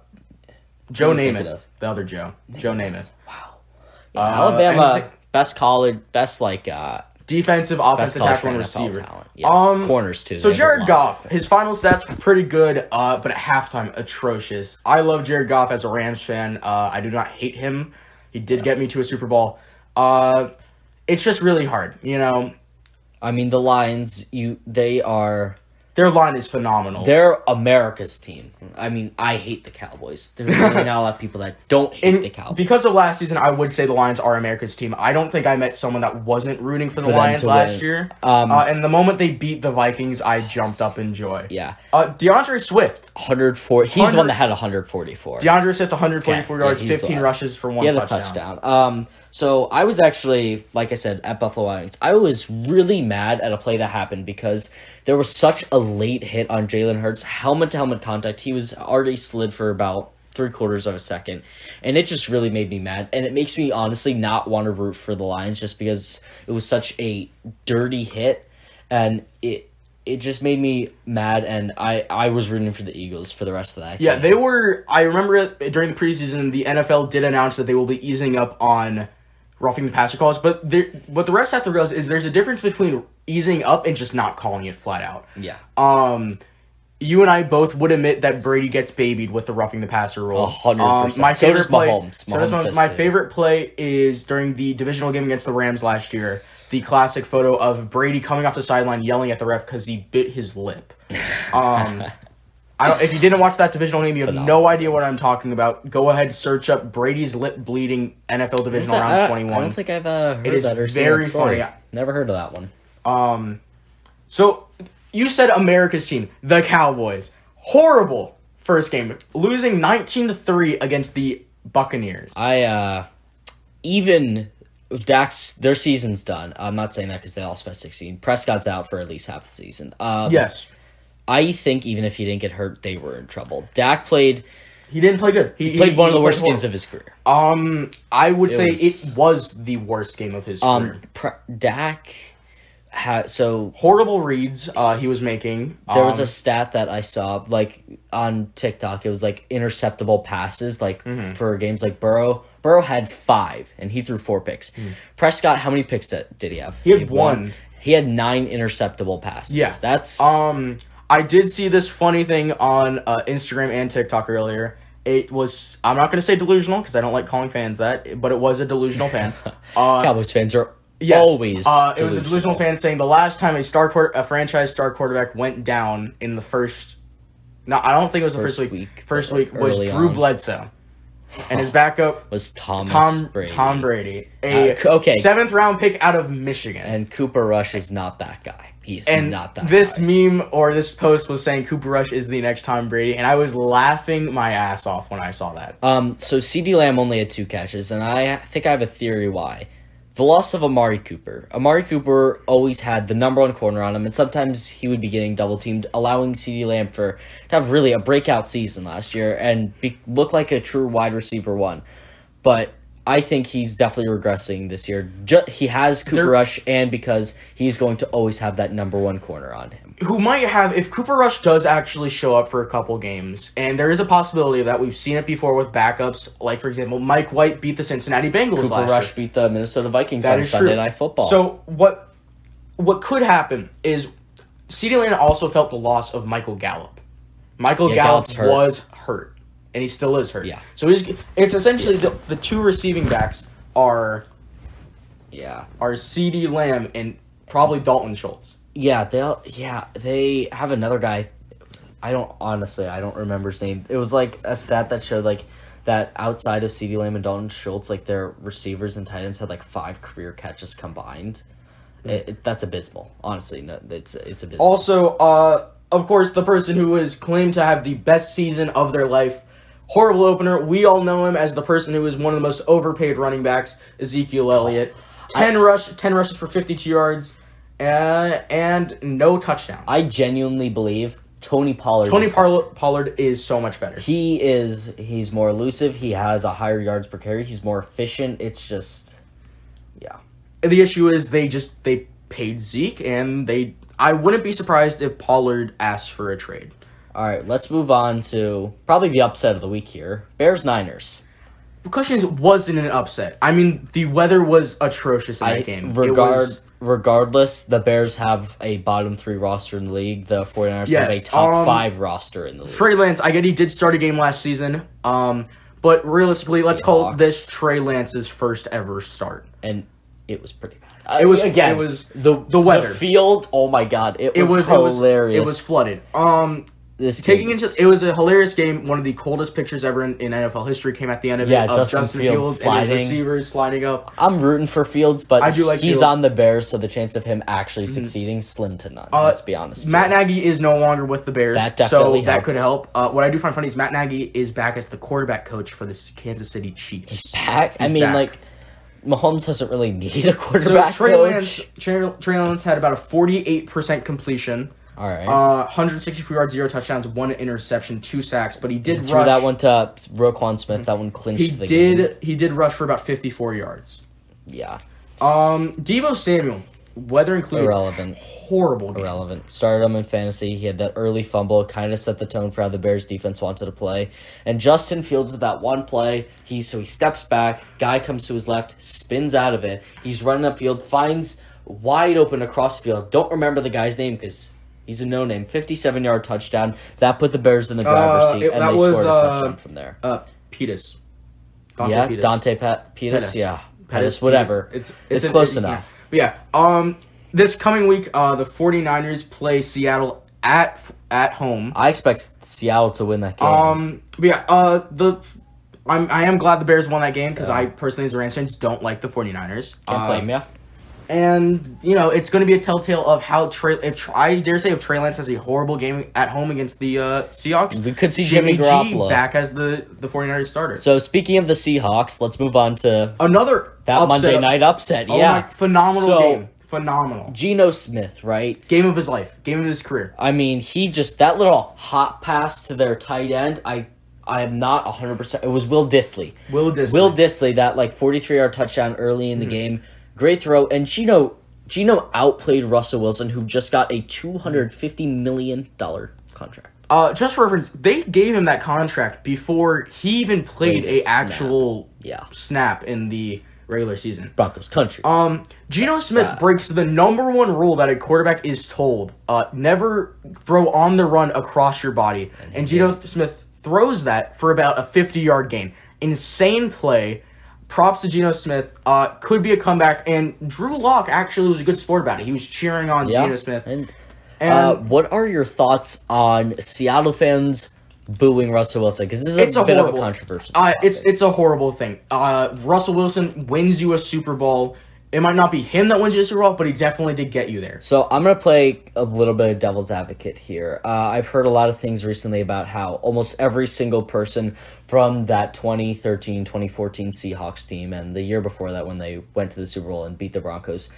S1: Joe
S2: Who am I thinking
S1: Namath,
S2: of?
S1: the other Joe. Joe Namath. uh,
S2: Yeah, Alabama
S1: anything-
S2: best college, best like uh,
S1: Defensive,
S2: best
S1: offensive
S2: college
S1: tackle, and
S2: for NFL
S1: receiver.
S2: talent. Yeah,
S1: Um,
S2: corners too.
S1: So
S2: They have a
S1: Jared
S2: lot.
S1: Goff, his final stats were pretty good, uh, but at halftime, atrocious. I love Jared Goff as a Rams fan. Uh, I do not hate him. He did get me to a Super Bowl. Uh, it's just really hard, you know.
S2: I mean, the Lions. You, they are.
S1: Their line is phenomenal.
S2: They're America's team. I mean, I hate the Cowboys. There's
S1: [laughs]
S2: really not a lot of people that don't hate
S1: And
S2: the Cowboys.
S1: because of last season, I would say the Lions are America's team. I don't think I met someone that wasn't rooting for the
S2: them
S1: Lions
S2: to
S1: last
S2: win.
S1: year.
S2: Um,
S1: uh, and the moment they beat the Vikings, I jumped up in joy.
S2: yeah,
S1: Uh, DeAndre Swift.
S2: 104. He's the one that had 144.
S1: DeAndre Swift, 144
S2: Yeah,
S1: yards,
S2: he's the
S1: 15
S2: one.
S1: rushes for one
S2: he had
S1: touchdown.
S2: a touchdown. Um, so I was actually, like I said, at Buffalo Lions. I was really mad at a play that happened because there was such a late hit on Jalen Hurts, helmet to helmet contact. He was already slid for about three quarters of a second. And it just really made me mad. And it makes me honestly not want to root for the Lions just because it was such a dirty hit and it it just made me mad and I, I was rooting for the Eagles for the rest of that.
S1: Yeah,
S2: game.
S1: they were. I remember it, during the preseason, the NFL did announce that they will be easing up on roughing the passer calls. But there, what the refs have to realize is there's a difference between easing up and just not calling it flat out.
S2: Yeah.
S1: Um, you and I both would admit that Brady gets babied with the roughing the passer rule. Um,
S2: A hundred percent.
S1: my
S2: So
S1: favorite
S2: does
S1: play.
S2: Mahomes.
S1: so does
S2: Mahomes
S1: Mahomes.
S2: says
S1: My
S2: so.
S1: favorite play is during the divisional game against the Rams last year. The classic photo of Brady coming off the sideline yelling at the ref because he bit his
S2: [laughs]
S1: lip. Um, I don't, if you didn't watch that divisional game, you have no
S2: Phenomenal.
S1: idea what I'm talking about. Go ahead, search up Brady's lip bleeding NFL divisional
S2: I-
S1: round
S2: I-
S1: 21.
S2: I don't think I've uh, heard
S1: is
S2: that or seen that
S1: very
S2: story.
S1: funny.
S2: Never heard of that one.
S1: So you said America's team, the Cowboys. Horrible first game, losing 19 to 3 against the Buccaneers.
S2: I uh even if Dax their season's done. I'm not saying that because they all spent 16. Prescott's out for at least half the season. Um,
S1: yes.
S2: I think even if he didn't get hurt, they were in trouble. Dak played
S1: He didn't play good. He,
S2: played
S1: he-
S2: one of
S1: he
S2: the worst
S1: played
S2: games of his career.
S1: horrible. Um I would say
S2: was-
S1: it was the worst game of his career.
S2: Um, pre- Dak had so
S1: Horrible reads uh, he was making.
S2: there was
S1: Um,
S2: a stat that I saw like on TikTok. It was like interceptable passes, like
S1: Mm-hmm.
S2: for games like Burrow. Burrow had five, and he threw four picks. Prescott, how many picks that did he have? He
S1: Hmm. had one.
S2: He had nine interceptable passes.
S1: Yeah.
S2: that's
S1: Um, I did see this funny thing on uh, Instagram and TikTok earlier. It was I'm not gonna say delusional because I don't like calling fans that, but it was a delusional
S2: [laughs]
S1: fan. Uh,
S2: Cowboys fans are
S1: Yes.
S2: always.
S1: Uh, it was a delusional fan saying the last time a star quar- a franchise star quarterback went down in the first. No, I don't think it was the first,
S2: First
S1: week.
S2: week,
S1: First
S2: but
S1: week was
S2: early
S1: Drew
S2: on.
S1: Bledsoe, and his backup
S2: Was Thomas
S1: Tom
S2: Brady.
S1: Tom Brady, a
S2: Uh, c- okay.
S1: seventh round pick out of Michigan. And-
S2: and Cooper Rush is not that guy. He's not that.
S1: this
S2: guy.
S1: meme or this post was saying Cooper Rush is the next Tom Brady, and I was laughing my ass off when I saw that.
S2: Um, so CD Lamb only had two catches, and I think I have a theory why. The loss of Amari Cooper. Amari Cooper always had the number one corner on him, and sometimes he would be getting double teamed, allowing CD Lamb for to have really a breakout season last year and be, look like a true wide receiver one. But I think he's definitely regressing this year. Ju- he has Cooper Rush, and because he's going to always have that number one corner on him.
S1: who might have if Cooper Rush does actually show up for a couple games, and there is a possibility of that. We've seen it before with backups, like for example, Mike White beat the Cincinnati Bengals
S2: Cooper
S1: last
S2: Rush
S1: year.
S2: beat the Minnesota Vikings
S1: That
S2: on
S1: is
S2: Sunday
S1: true.
S2: Night Football.
S1: So what what could happen is CeeDee Lamb also felt the loss of Michael Gallup. Michael Gallup
S2: Gallup's hurt.
S1: was hurt, and he still is hurt.
S2: Yeah.
S1: So he's it's essentially the, the two receiving backs are
S2: yeah.
S1: are CeeDee Lamb and probably Dalton Schultz.
S2: Yeah, they'll yeah, they have another guy I don't honestly I don't remember his name. It was like a stat that showed like that outside of CeeDee Lamb and Dalton Schultz, like their receivers and tight ends had like five career catches combined. It, it- that's abysmal. Honestly, no, it's it's abysmal.
S1: Also, uh, of course, the person who is claimed to have the best season of their life, horrible opener. We all know him as the person who is one of the most overpaid running backs, Ezekiel Elliott. Ten rush, ten rushes for fifty-two yards, uh, and no touchdown.
S2: I genuinely believe Tony Pollard
S1: Tony
S2: is-
S1: Parlo- Pollard is so much better.
S2: he is he's more elusive, he has a higher yards per carry, he's more efficient. It's just yeah.
S1: The issue is they just they paid Zeke, and they. I wouldn't be surprised if Pollard asked for a trade.
S2: All right, let's move on to probably the upset of the week here. Bears Niners.
S1: The question is, wasn't an upset. I mean, the weather was atrocious in that game. It
S2: Regard,
S1: was-
S2: regardless, the Bears have a bottom three roster in the league. The 49ers have a
S1: Yes,
S2: top
S1: um,
S2: five roster in the league.
S1: Trey Lance, I get he did start a game last season. Um, but realistically, let's call
S2: Seahawks.
S1: this Trey Lance's first ever start.
S2: And it was pretty bad.
S1: It was-
S2: again.
S1: it was
S2: the
S1: the weather.
S2: field. Oh my god! It
S1: It
S2: was,
S1: was it was-
S2: hilarious.
S1: It was, flooded. Um,
S2: this
S1: taking
S2: game's-
S1: into it was a hilarious game. One of the coldest pictures ever in, in NFL history came at the end of
S2: Yeah,
S1: it of
S2: Justin
S1: Justin,
S2: Fields
S1: Fields, and
S2: sliding.
S1: his receivers sliding up.
S2: I'm rooting for Fields, but
S1: I do like
S2: he's
S1: Fields. Mm-hmm.
S2: on the Bears, so the chance of him actually succeeding slim to none. let's be honest.
S1: Uh, Matt Nagy is no longer with the Bears,
S2: That
S1: so
S2: definitely
S1: that could
S2: helps.
S1: help. Uh, what I do find funny is Matt Nagy is back as the quarterback coach for the Kansas City Chiefs.
S2: He's back. I mean,
S1: back.
S2: like Mahomes doesn't really need a
S1: So
S2: quarterback
S1: Trey
S2: coach.
S1: Lance, Trey, Trey Lance had about a forty-eight percent completion
S2: All right.
S1: Uh, 164 yards, zero touchdowns, one interception, two sacks. But he did
S2: Threw
S1: rush
S2: that one to Roquan Smith. That one clinched
S1: He
S2: the
S1: did.
S2: game.
S1: He did rush for about 54 yards.
S2: Yeah.
S1: Um, Debo Samuel, weather included,
S2: Irrelevant.
S1: horrible game.
S2: Irrelevant. Started him in fantasy. He had that early fumble, kind of set the tone for how the Bears defense wanted to play. And Justin Fields with that one play, he so he steps back, guy comes to his left, spins out of it. He's running upfield, finds wide open across the field. Don't remember the guy's name because he's a no name. Fifty-seven yard touchdown that put the Bears in the driver's
S1: Uh,
S2: seat,
S1: it-
S2: and
S1: that
S2: they
S1: was,
S2: scored a
S1: uh,
S2: touchdown from there.
S1: Uh, Pettis. Dante
S2: yeah,
S1: Pettis.
S2: Dante Pet- Pettis,
S1: Pettis.
S2: yeah,
S1: Pettis,
S2: Pettis, whatever.
S1: Pettis. It's,
S2: It's close enough.
S1: But yeah. Um, this coming week, uh, the 49ers play Seattle at at home.
S2: I expect Seattle to win that game.
S1: Um, but yeah, uh, the I'm I am glad the Bears won that game because I personally as a Rams fans don't like the 49ers.
S2: Can't
S1: Uh,
S2: blame you.
S1: And you know it's going to be a telltale of how Trey. If Tr- I dare say, if Trey Lance has a horrible game at home against the uh, Seahawks,
S2: We could see Jimmy Garoppolo.
S1: back as the the 49ers starter.
S2: So speaking of the Seahawks, let's move on to
S1: Another
S2: that
S1: upset-
S2: Monday night upset.
S1: Oh
S2: yeah,
S1: my, phenomenal
S2: So-
S1: game. Phenomenal
S2: Geno Smith, right?
S1: game of his life. Game of his career.
S2: I mean, he just that little hot pass to their tight end. I I am not 100%. It was Will Disley.
S1: Will Disley. Mm.
S2: Will Disley that like 43-yard touchdown early in the game. Great throw and Gino Gino outplayed Russell Wilson who just got a 250 million dollar contract.
S1: Uh, just for reference, they gave him that contract before he even played
S2: Played a
S1: a actual
S2: Yeah.
S1: snap in the regular season.
S2: Broncos country.
S1: Um, Geno Smith
S2: bad.
S1: breaks the number one rule that a quarterback is told: uh, never throw on the run across your body. And, Geno Smith throws that for about a fifty-yard gain. Insane play. Props to Geno Smith. Uh, could be a comeback. And Drew Lock actually was a good sport about it. He was cheering on
S2: Yeah.
S1: Geno Smith.
S2: And
S1: And
S2: Uh, what are your thoughts on Seattle fans booing Russell Wilson? Because this is
S1: it's
S2: a,
S1: a
S2: bit
S1: horrible
S2: of a controversy.
S1: Uh, it's it's a horrible thing. Uh, Russell Wilson wins you a Super Bowl. It might not be him that wins you a Super Bowl, but he definitely did get you there.
S2: so I'm gonna play a little bit of devil's advocate here. Uh, I've heard a lot of things recently about how almost every single person from that 2013, 2014 Seahawks team and the year before that when they went to the Super Bowl and beat the Broncos,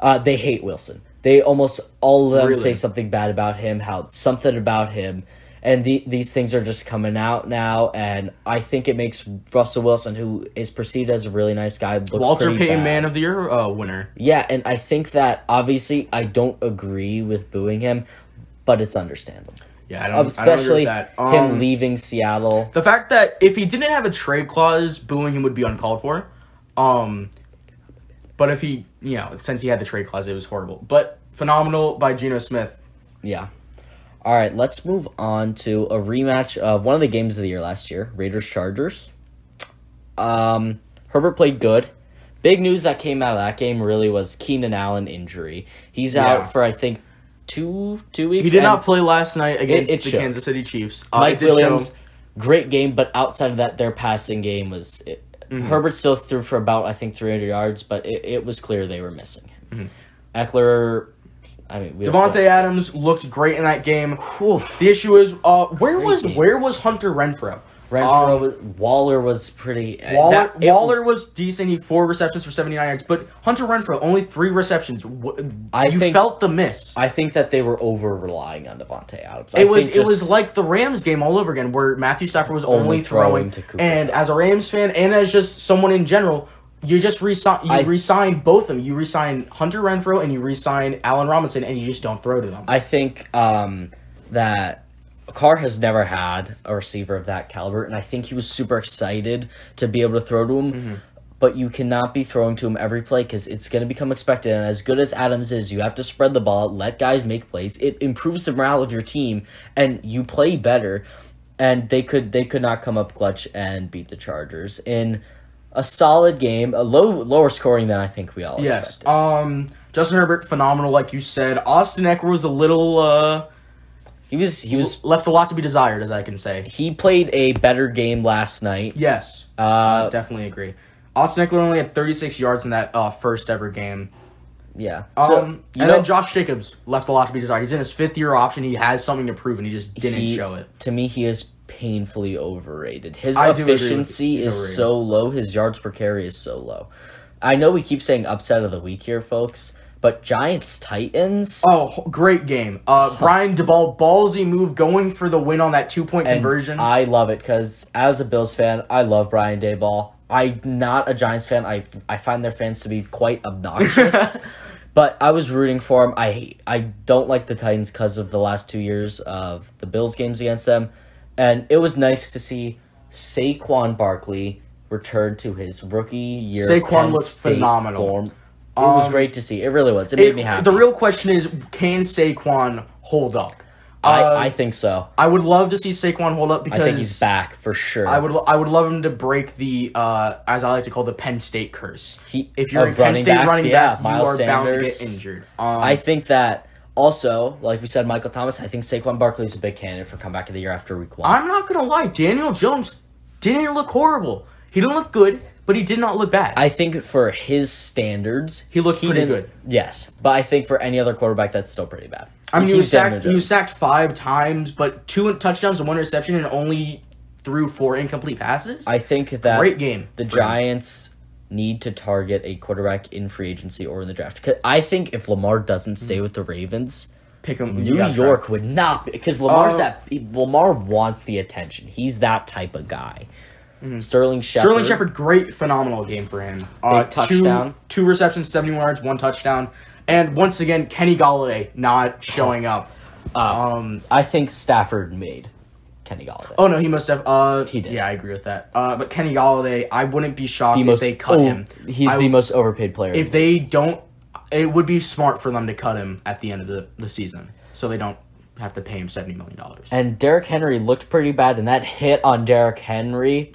S2: uh, they hate Wilson. They almost all of them
S1: Really?
S2: say something bad about him, how something about him, and the, these things are just coming out now. And I think it makes Russell Wilson, who is perceived as a really nice guy, look
S1: Walter
S2: pretty
S1: Payton,
S2: bad.
S1: Man of the Year uh, winner.
S2: Yeah, and I think that obviously I don't agree with booing him, but it's understandable,
S1: Yeah, I don't,
S2: especially
S1: I don't agree with that. Um,
S2: him leaving Seattle.
S1: the fact that if he didn't have a trade clause, booing him would be uncalled for. Um, but if he, you know, since he had the trade clause, it was horrible. But phenomenal by Geno Smith.
S2: Yeah. All right, let's move on to a rematch of one of the games of the year last year, Raiders Chargers. Um, Herbert played good. Big news that came out of that game really was Keenan Allen injury. He's
S1: Yeah.
S2: out for I think two two weeks.
S1: He did
S2: and
S1: not play last night against
S2: it
S1: the
S2: showed.
S1: Kansas City Chiefs. Uh, it
S2: Mike
S1: did show-
S2: Williams, great game, but outside of that, their passing game was it,
S1: Mm-hmm.
S2: Herbert still threw for about I think three hundred yards, but it, it was clear they were missing him. Eckler, I mean we don't-
S1: Mm-hmm. Devontae Adams looked great in that game.
S2: Whew.
S1: The issue is, uh, where was
S2: game.
S1: where was Hunter Renfro?
S2: Renfro
S1: Um,
S2: was, Waller was pretty. uh,
S1: Waller,
S2: that- it-
S1: Waller was decent. He had four receptions for seventy nine yards, but Hunter Renfro only three receptions. Wh-
S2: I
S1: you
S2: think-
S1: felt the miss.
S2: I think that they were over relying on Devonte Adams. I
S1: it was
S2: think
S1: it was
S2: just-
S1: like the Rams game all over again, where Matthew Stafford was only, throwing.
S2: throwing to Cooper.
S1: and as a Rams fan, and as just someone in general, you just resign. You
S2: I-
S1: resign both of them. You resign Hunter Renfro and you resign Allen Robinson, and you just don't throw to them.
S2: I think um, that Carr has never had a receiver of that caliber, and I think he was super excited to be able to throw to him. But you cannot be throwing to him every play because it's going to become expected. And as good as Adams is, you have to spread the ball, let guys make plays. It improves the morale of your team, and you play better. And they could they could not come up clutch and beat the Chargers in a solid game, a low lower scoring than I think we all
S1: Yes.
S2: expected.
S1: Um, Justin Herbert, phenomenal, like you said. Austin Eckler was a little uh,
S2: He was he was
S1: left a lot to be desired, as I can say.
S2: he played a better game last night.
S1: Yes,
S2: Uh,
S1: definitely agree. Austin Eckler only had 36 yards in that uh, first ever game.
S2: yeah.
S1: Um,
S2: So,
S1: and
S2: you know,
S1: then Josh Jacobs left a lot to be desired. He's in his fifth year option. He has something to prove, and he just didn't
S2: he-
S1: show it.
S2: To me, he is painfully overrated. His
S1: I do agree with you.
S2: efficiency
S1: He's
S2: is
S1: overrated.
S2: so low. His yards per carry is so low. I know we keep saying upset of the week here, folks, But Giants Titans
S1: Oh, great game. Uh, Brian DeBall, ballsy move, going for the win on that two point
S2: and
S1: conversion.
S2: I love it because as a Bills fan, I love Brian Dayball. I'm not a Giants fan. I I find their fans to be
S1: [laughs]
S2: quite obnoxious. but I was rooting for him. I I don't like the Titans because of the last two years of the Bills games against them, and it was nice to see Saquon Barkley return to his rookie year.
S1: Saquon
S2: Penn
S1: looks
S2: State
S1: phenomenal. Um,
S2: form. It was great to see. It really was. It made
S1: It-
S2: me happy.
S1: the real question is, can Saquon hold up? Uh,
S2: I, I think so.
S1: I would love to see Saquon hold up because
S2: I think he's back for sure.
S1: I would I would love him to break the uh, as I like to call the Penn State curse.
S2: He-
S1: if you're a
S2: of
S1: Penn
S2: running
S1: State
S2: backs,
S1: running
S2: yeah,
S1: back,
S2: Miles
S1: you are bound to get
S2: Sanders.
S1: injured. Um,
S2: I think that also, like we said, Michael Thomas. I think Saquon Barkley is a big candidate for comeback of the year after Week One.
S1: I'm not gonna lie, Daniel Jones didn't look horrible. He didn't look good, but he did not look bad.
S2: I think for his standards,
S1: He looked pretty
S2: didn't-
S1: good.
S2: Yes, but I think for any other quarterback, that's still pretty bad.
S1: I mean, he was
S2: He's Daniel
S1: sacked. He was
S2: Jones.
S1: sacked five times, but two touchdowns and one interception, and only threw four incomplete passes.
S2: I think that
S1: Great game
S2: The
S1: for him.
S2: Giants need to target a quarterback in free agency or in the draft. 'Cause I think if Lamar doesn't
S1: Mm-hmm.
S2: stay with the Ravens,
S1: Pick him.
S2: New
S1: yeah, try.
S2: York would not because Lamar's
S1: Uh,
S2: that Lamar wants the attention. He's that type of guy.
S1: Mm-hmm.
S2: Sterling Shepard.
S1: Sterling Shepard, great, phenomenal game for him. Uh,
S2: Big touchdown.
S1: Two, two receptions, 71 yards, one touchdown. And once again, Kenny Galladay not showing up. um,
S2: I think Stafford made Kenny Galladay.
S1: oh, no, he must have. Uh, he
S2: did.
S1: Yeah, I agree with that. Uh, but Kenny Galladay, I wouldn't be shocked if they cut
S2: oh,
S1: him.
S2: He's
S1: I-
S2: the most overpaid player.
S1: If they don't, it would be smart for them to cut him at the end of the, the season so they don't have to pay him $70 million.
S2: and Derrick Henry looked pretty bad, and that hit on Derrick Henry.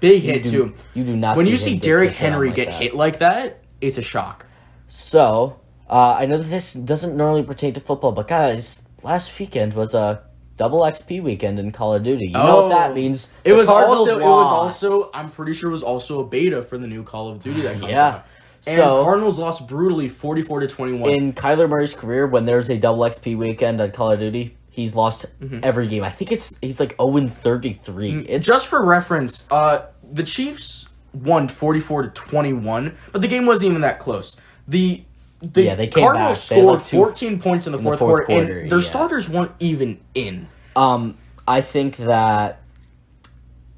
S1: Big hit,
S2: You,
S1: too.
S2: you do not.
S1: When
S2: see
S1: you
S2: him
S1: see
S2: get
S1: Derrick
S2: hit on
S1: Henry
S2: like
S1: get
S2: that.
S1: hit like that, it's a shock.
S2: So uh, I know that this doesn't normally pertain to football, but guys, last weekend was a double XP weekend in Call of Duty. You know what that
S1: Oh.
S2: means?
S1: It
S2: The
S1: was
S2: Cardinals
S1: also. It was
S2: lost.
S1: also. I'm pretty sure it was also a beta for the new Call of Duty that comes
S2: Yeah.
S1: out. And
S2: So-
S1: Cardinals lost brutally, 44 to 21.
S2: in Kyler Murray's career, when there's a double XP weekend on Call of Duty, he's lost
S1: Mm-hmm.
S2: every game. I think it's he's like zero and thirty three. It's
S1: Mm, Just for reference, uh, the Chiefs won 44 to 21, but the game wasn't even that close. The the
S2: Yeah, they came
S1: Cardinals
S2: back. They had,
S1: scored
S2: like, two-
S1: 14 points in the fourth,
S2: fourth
S1: quarter,
S2: quarter,
S1: and their
S2: yeah.
S1: starters weren't even in.
S2: Um, I think that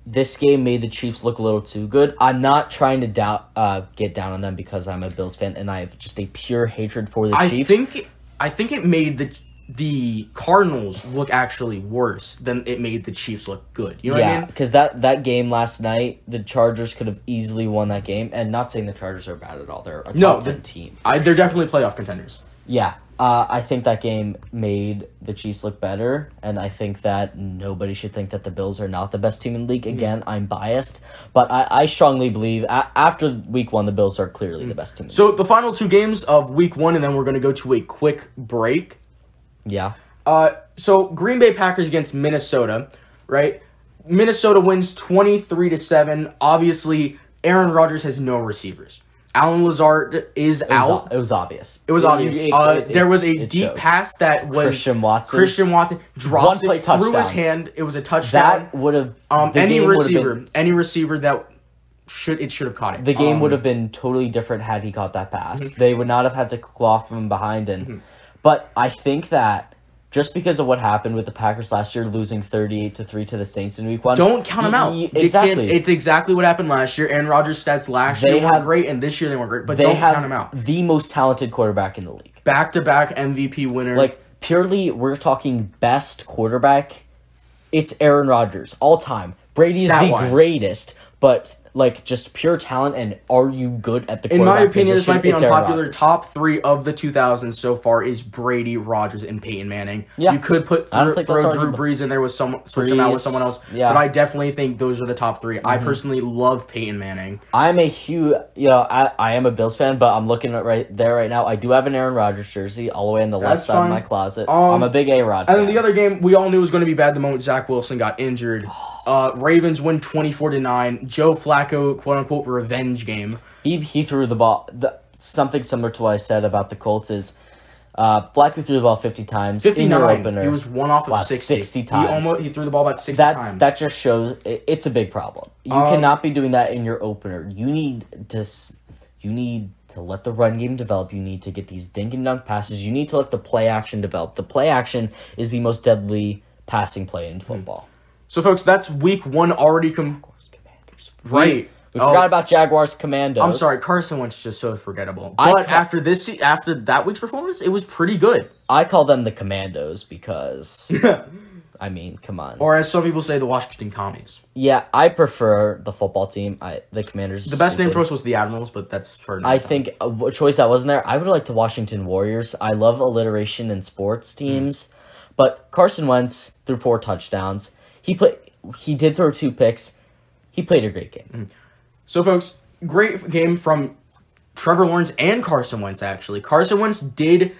S2: this game made the Chiefs look a little too good. I'm not trying to doubt, uh, get down on them because I'm a Bills fan and I have just a pure hatred for the
S1: I
S2: Chiefs.
S1: think I think it made the the Cardinals look actually worse than it made the Chiefs look good. You know what I
S2: yeah,
S1: mean?
S2: because that that game last night, the Chargers could have easily won that game. And not saying the Chargers are bad at all; they're a top
S1: No,
S2: ten
S1: the-
S2: team.
S1: I, they're definitely playoff contenders.
S2: Yeah, uh, I think that game made the Chiefs look better, and I think that nobody should think that the Bills are not the best team in the
S1: Hmm.
S2: league. Again, I'm biased, but I, I strongly believe a- after Week One, the Bills are clearly the best team. So-
S1: Hmm. So the final two games of week one, and then we're gonna go to a quick break.
S2: yeah,
S1: Uh, so Green Bay Packers against Minnesota, right? Minnesota wins twenty three to seven. Obviously, Aaron Rodgers has no receivers. Alan Lazard is
S2: it was,
S1: out.
S2: o- it was obvious.
S1: It was obvious. uh, there was a deep
S2: showed.
S1: pass that was
S2: Christian Watson.
S1: Christian Watson drops
S2: One play
S1: it through his
S2: touchdown.
S1: hand. It was a touchdown.
S2: That would have
S1: um,
S2: the
S1: any
S2: game would've
S1: receiver,
S2: Been,
S1: any receiver that should it should have caught it.
S2: the game
S1: Um,
S2: would have been totally different had he caught that pass.
S1: Mm-hmm.
S2: They would not have had to claw from behind, and but I think that. Just because of what happened with the Packers last year, losing thirty-eight to three to the Saints in Week One,
S1: Don't count them
S2: y-
S1: out.
S2: y-
S1: You can't-
S2: Exactly,
S1: it's exactly what happened last year. Aaron Rodgers' stats last
S2: They
S1: year were
S2: have-
S1: great, and this year they weren't great. But
S2: they
S1: don't
S2: have
S1: count them out.
S2: the most talented quarterback in the league.
S1: Back to back MVP winner.
S2: Like purely, we're talking best quarterback. It's Aaron Rodgers all time. Brady is the
S1: Stat-wise.
S2: greatest, but like just pure talent. And are you good at the?
S1: in my
S2: quarterback
S1: opinion, this
S2: position?
S1: might be
S2: It's Aaron
S1: unpopular.
S2: Rodgers.
S1: Top three of the 2000s so far is Brady, Rodgers, and Peyton Manning.
S2: Yeah.
S1: You could put
S2: I
S1: throw,
S2: don't think that's
S1: throw Drew
S2: arguable.
S1: Brees in there with some switch him out with
S2: Brees,
S1: someone else.
S2: yeah. Mm-hmm.
S1: But I definitely think those are the top 3 I personally love Peyton Manning.
S2: I'm a huge, you know, I, I am a Bills fan, but I'm looking at right there right now. I do have an Aaron Rodgers jersey all the way on the left
S1: That's
S2: side of
S1: fine.
S2: my closet.
S1: Um,
S2: I'm a big A Rod.
S1: And then the other game we all knew was going to be bad the moment Zach Wilson got
S2: [sighs]
S1: injured. Uh, Ravens win 24 to 9. Joe Flacco, quote unquote, revenge game.
S2: He he threw the ball. The, something similar to what I said about the Colts is, uh, Flacco threw the ball fifty times. in their
S1: 59.
S2: opener.
S1: He was one off of
S2: Wow,
S1: 60.
S2: 60
S1: He,
S2: times.
S1: almost, he threw the ball about 60
S2: that
S1: times.
S2: that just shows it,
S1: Um,
S2: it's a big problem. You cannot be doing that in your opener. You need to s- you need to let the run game develop, you need to get these dink and dunk passes. You need to let the play action develop. The play action is the most deadly passing play in football.
S1: So, folks, that's week one already. Com-
S2: Commanders.
S1: right.
S2: We
S1: Oh,
S2: forgot about Jaguars Commandos.
S1: I'm sorry, Carson Wentz is just so forgettable.
S2: I
S1: But
S2: ca-
S1: after this, se- after that week's performance, it was pretty good.
S2: I call them the
S1: [laughs]
S2: Commandos because, I mean, come on.
S1: Or as some people say, the Washington Commies.
S2: yeah, I prefer the football team. I the Commanders.
S1: The best name
S2: stupid.
S1: choice was the Admirals, but that's for another
S2: I
S1: time.
S2: think a w- choice that wasn't there. I would have liked the Washington Warriors. I love alliteration in sports teams, but Carson Wentz threw four touchdowns. He played. He did throw two picks. He played a great game.
S1: Mm. So, folks, great game from Trevor Lawrence and Carson Wentz, actually. Carson Wentz did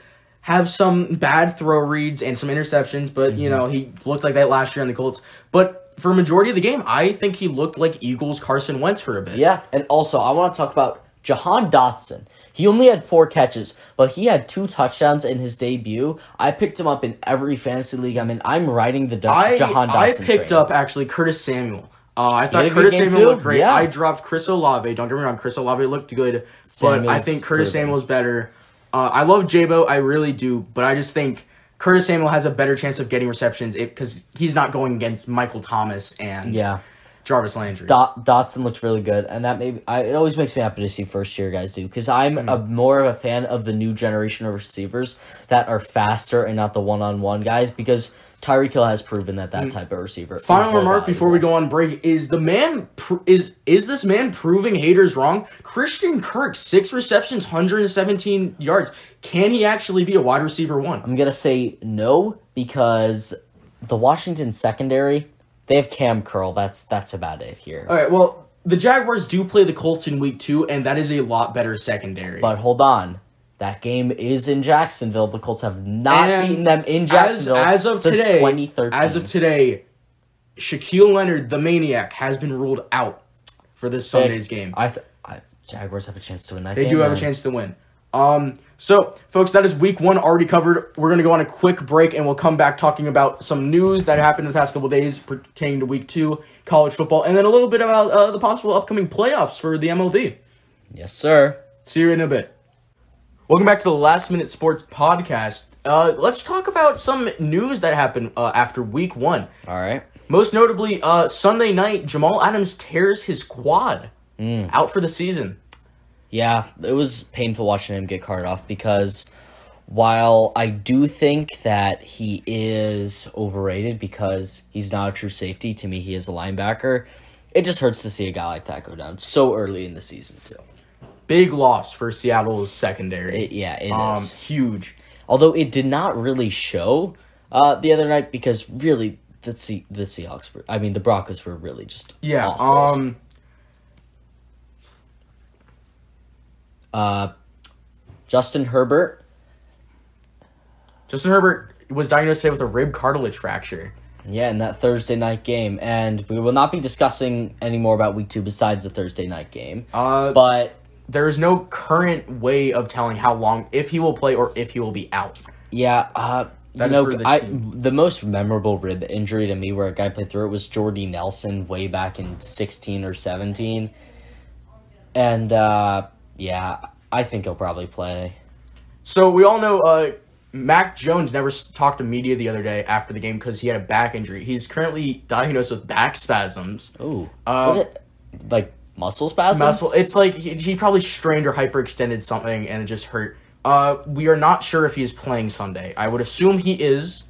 S1: have some bad throw reads and some interceptions, but,
S2: Mm-hmm.
S1: you know, he looked like that last year on the Colts. But for majority of the game, I think he looked like Eagles Carson Wentz for a bit.
S2: Yeah, and also I want to talk about Jahan Dotson. He only had four catches, but he had two touchdowns in his debut. I picked him up in every fantasy league I'm in. I'm riding the Do-
S1: I,
S2: Jahan Dotson.
S1: I picked
S2: train.
S1: up, actually, Curtis Samuel. Uh, I
S2: had
S1: thought
S2: a good
S1: Curtis
S2: game,
S1: Samuel
S2: too?
S1: looked great.
S2: Yeah.
S1: I dropped Chris Olave. Don't get me wrong, Chris Olave looked good, but I
S2: Samuel's
S1: think Curtis
S2: proven.
S1: Samuel's better. Uh, I love Jabo, I really do, but I just think Curtis Samuel has a better chance of getting receptions because he's not going against Michael Thomas and
S2: Yeah.
S1: Jarvis Landry.
S2: Dot, Dotson looks really good, and that maybe I, it always makes me happy to see first year guys do because I'm a,
S1: Hmm.
S2: more of a fan of the new generation of receivers that are faster and not the one on one guys because Tyreek Hill has proven that that type of receiver. is
S1: Hmm. Final
S2: more
S1: remark before we
S2: valuable.
S1: go on break is the man pr- is is this man proving haters wrong? Christian Kirk, six receptions, 117 yards. Can he actually be a wide receiver one?
S2: I'm gonna say no because the Washington secondary they have Cam Curl. That's that's about it here.
S1: All right. Well, the Jaguars do play the Colts in Week Two, and that is a lot better secondary.
S2: But hold on. That game is in Jacksonville. The Colts have not
S1: And
S2: beaten them in
S1: as
S2: Jacksonville
S1: as of
S2: since
S1: today,
S2: 2013.
S1: as of today, Shaquille Leonard, the maniac, has been ruled out for this Sunday's game.
S2: I, th- I Jaguars have a chance to win that
S1: They
S2: game.
S1: do have a
S2: man.
S1: chance to win. Um. So, folks, that is Week One already covered. We're gonna go on a quick break, and we'll come back talking about some news that happened in the past couple days pertaining to Week Two college football, and then a little bit about uh, the possible upcoming playoffs for the MLB.
S2: Yes, sir.
S1: See you in a bit. Welcome back to the Last Minute Sports Podcast. Uh, let's talk about some news that happened uh, after week one.
S2: All right.
S1: Most notably, uh, Sunday night, Jamal Adams tears his quad
S2: Mm.
S1: out for the season.
S2: Yeah, it was painful watching him get carted off because while I do think that he is overrated because he's not a true safety, to me he is a linebacker. It just hurts to see a guy like that go down so early in the season too.
S1: Big loss for Seattle's secondary.
S2: It, yeah, it is.
S1: um, huge.
S2: Although it did not really show uh, the other night because really the Se- the Seahawks were I mean the Broncos were really just
S1: Yeah.
S2: awful.
S1: Um.
S2: Justin Herbert,
S1: Justin Herbert was diagnosed today with a rib cartilage fracture.
S2: yeah, in that Thursday night game, and we will not be discussing any more about Week Two besides the Thursday night game.
S1: Uh,
S2: but
S1: There is no current way of telling how long, if he will play or if he will be out.
S2: yeah, uh, you
S1: That is
S2: know,
S1: for the
S2: I
S1: team.
S2: the most memorable rib injury to me where a guy played through it was Jordy Nelson way back in sixteen or seventeen, and uh, yeah, I think he'll probably play.
S1: So we all know uh, Mac Jones never s- talked to media the other day after the game because he had a back injury. He's currently diagnosed with back spasms.
S2: Ooh,
S1: Um,
S2: what it, like muscle spasms.
S1: Muscle. It's like he, he probably strained or hyperextended something and it just hurt. Uh, we are not sure if he is playing Sunday. I would assume he is,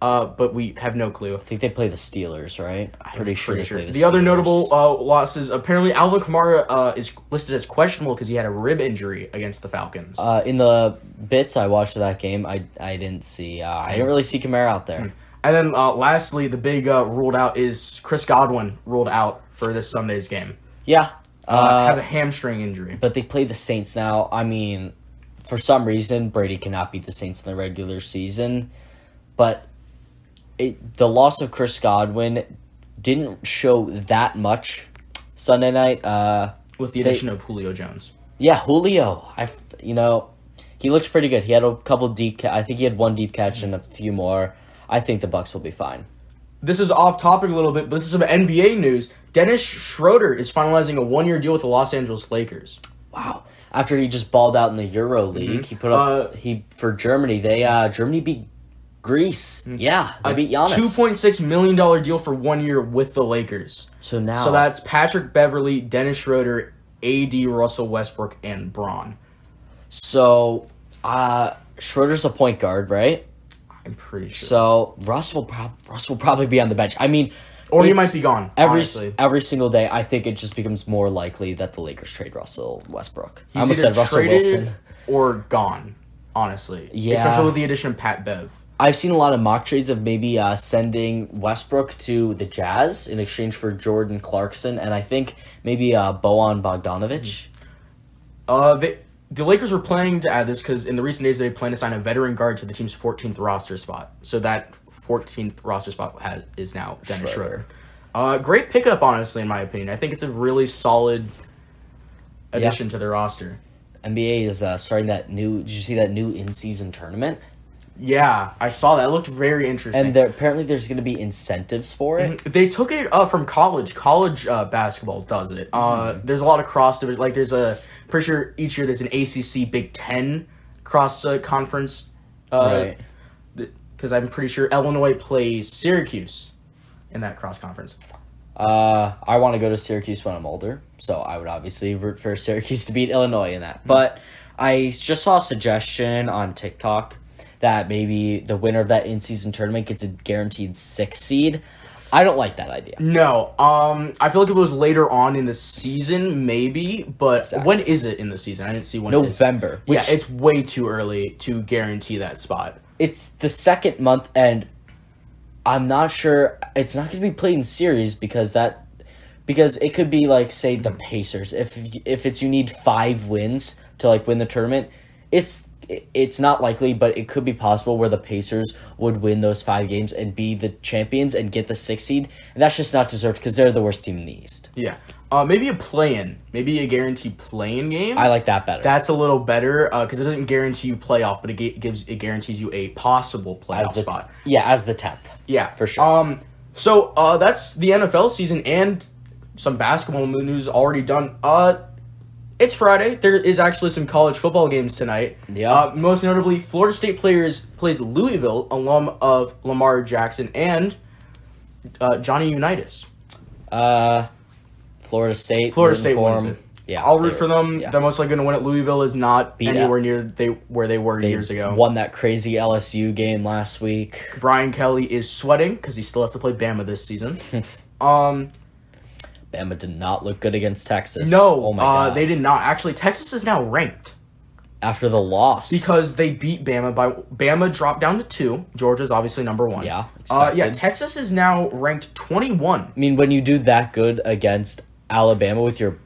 S1: uh, but we have no clue.
S2: I think they play the Steelers, right? I'm pretty sure they play the,
S1: The, other
S2: Steelers.
S1: notable uh, losses apparently Alvin Kamara uh, is listed as questionable because he had a rib injury against the Falcons.
S2: Uh, in the bits I watched of that game, I I didn't see. Uh, I didn't really see Kamara out there.
S1: And then uh, lastly, the big uh, ruled out is Chris Godwin ruled out for this Sunday's game.
S2: Yeah, uh,
S1: Uh, has a hamstring injury.
S2: but they play the Saints now. I mean, for some reason Brady cannot beat the Saints in the regular season, but it the loss of Chris Godwin didn't show that much Sunday night. Uh,
S1: with the addition of Julio Jones.
S2: Yeah, Julio. I f- you know, he looks pretty good. He had a couple deep. Ca- I think he had one deep catch and a few more. I think the Bucks will be fine.
S1: This is off topic a little bit, but this is some NBA news. Dennis Schroeder is finalizing a one year deal with the Los Angeles Lakers.
S2: Wow. after he just balled out in the Euro League. He put up
S1: Uh,
S2: he for Germany. They uh Germany beat Greece. Yeah, they beat Giannis.
S1: Mm. Two point six million dollar deal for one year with the Lakers.
S2: so now
S1: So that's Patrick Beverly, Dennis Schroeder, A.D. Russell Westbrook, and Braun.
S2: so uh Schroeder's a point guard, right?
S1: I'm pretty sure.
S2: So Russ will prob- Russ will probably be on the bench. I mean,
S1: or he
S2: it's-
S1: might be gone.
S2: Every
S1: honestly.
S2: every single day, I think it just becomes more likely that the Lakers trade Russell Westbrook. I
S1: He's
S2: almost
S1: either
S2: said Russell
S1: traded
S2: Wilson.
S1: or gone. Honestly,
S2: Yeah.
S1: especially with the addition of Pat Bev.
S2: I've seen a lot of mock trades of maybe uh, sending Westbrook to the Jazz in exchange for Jordan Clarkson, and I think maybe uh, Bojan Bogdanovic.
S1: Uh, they, the Lakers were planning to add this because in the recent days they plan to sign a veteran guard to the team's 14th roster spot. So that 14th roster spot has, is now Dennis
S2: Schroeder.
S1: Schroeder. Uh, great pickup, honestly, in my opinion. I think it's a really solid addition to their roster.
S2: NBA is uh, starting that new. Did you see that new in season tournament?
S1: Yeah, I saw that. It looked very interesting.
S2: And there, apparently, there's going to be incentives for it.
S1: They took it uh, from college. College uh, basketball does it. Uh,
S2: Mm-hmm.
S1: There's a lot of cross division. Like there's a pretty sure each year there's an ACC Big Ten cross uh, conference. Uh,
S2: Right.
S1: Because I'm pretty sure Illinois plays Syracuse in that cross conference.
S2: Uh, I want to go to Syracuse when I'm older, so I would obviously root for Syracuse [laughs] to beat Illinois in that. But I just saw a suggestion on TikTok that maybe the winner of that in-season tournament gets a guaranteed six seed. I don't like that idea.
S1: No, um, I feel like if it was later on in the season, maybe. But when is it in the season? I didn't see when. it is.
S2: November, which
S1: Yeah, it's way too early to guarantee that spot.
S2: it's the second month, and I'm not sure it's not going to be played in series because that because it could be like say the Pacers if if it's you need five wins to like win the tournament, it's it's not likely, but it could be possible where the Pacers would win those five games and be the champions and get the six seed, and that's just not deserved because they're the worst team in the East.
S1: Yeah. Uh, maybe a play-in, maybe a guaranteed play-in game.
S2: I like that better.
S1: That's a little better because it doesn't guarantee you playoff, but it ga- gives it guarantees you a possible playoff
S2: as the t-
S1: spot.
S2: yeah, as the tenth.
S1: yeah,
S2: for sure.
S1: Um, so uh, that's the NFL season and some basketball news already done. Uh, it's Friday. There is actually some college football games tonight.
S2: Yeah.
S1: Uh, most notably, Florida State players plays Louisville, alum of Lamar Jackson and uh, Johnny Unitas.
S2: Uh, Florida State.
S1: Florida
S2: rooting
S1: State
S2: for
S1: wins
S2: 'em.
S1: it.
S2: Yeah,
S1: I'll root
S2: they-
S1: for them.
S2: yeah.
S1: They're most likely going to win it. Louisville is not
S2: Beat
S1: anywhere
S2: up.
S1: near they where they were years ago.
S2: Won that crazy LSU game last week.
S1: Brian Kelly is sweating because he still has to play Bama this
S2: [laughs]
S1: season.
S2: Oh
S1: um,
S2: Bama did not look good against Texas.
S1: no,
S2: oh my
S1: uh,
S2: god!
S1: they did not. Actually, Texas is now ranked
S2: After the loss,
S1: because they beat Bama by Bama dropped down to two. Georgia's obviously number one.
S2: Yeah,
S1: uh, yeah.
S2: expected.
S1: Texas is now ranked twenty one.
S2: I mean, when you do that good against Alabama with your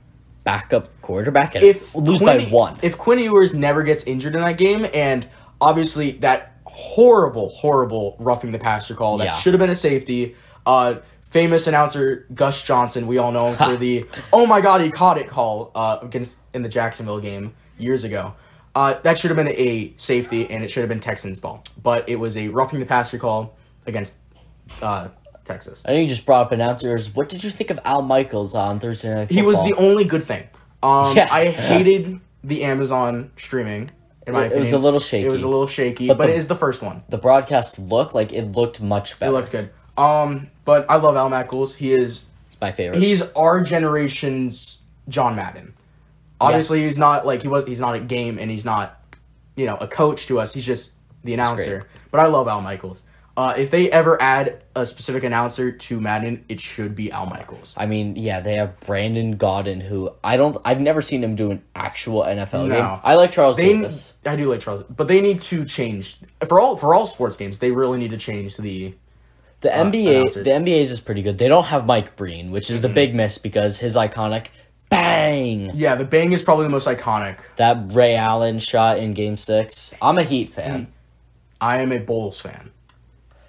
S2: backup quarterback and
S1: If
S2: lose by
S1: Quinn-
S2: one,
S1: if Quinn Ewers never gets injured in that game, and obviously that horrible, horrible roughing the passer call that
S2: Yeah.
S1: should have been a safety. Uh, famous announcer Gus Johnson, we all know
S2: [laughs]
S1: him for the "Oh my God, he caught it" call uh, against in the Jacksonville game years ago. Uh, that should have been a safety, and it should have been Texans' ball, but it was a roughing the passer call against uh, Texas.
S2: I know you just brought up announcers. What did you think of Al Michaels on Thursday night?
S1: He was
S2: Football?
S1: the only good thing. Um,
S2: Yeah.
S1: I hated the Amazon streaming. In my
S2: It- it was
S1: opinion.
S2: a little shaky.
S1: It was a little shaky, but,
S2: the-
S1: it is the first one.
S2: the broadcast looked like it looked much
S1: It
S2: better.
S1: looked good. Um, but I love Al Mackles. He is
S2: it's my favorite.
S1: he's our generation's John Madden. Obviously, he's not like he was. He's not a game, and he's not, you know, a coach to us. He's just the announcer. But I love Al Michaels. Uh, if they ever add a specific announcer to Madden, it should be Al Michaels.
S2: I mean, yeah, they have Brandon Godden, who I don't. I've never seen him do an actual NFL game.
S1: No.
S2: I like Charles
S1: They-
S2: Davis.
S1: I do like Charles, but they need to change for all for all sports games. They really need to change the.
S2: The NBA,
S1: Uh, announcer. Mm-hmm.
S2: the NBA's is pretty good. They don't have Mike Breen, which is the big miss because his iconic bang
S1: Yeah, the bang is probably the most iconic.
S2: that Ray Allen shot in Game Six. I'm a Heat
S1: Mm.
S2: fan.
S1: I am a Bulls fan.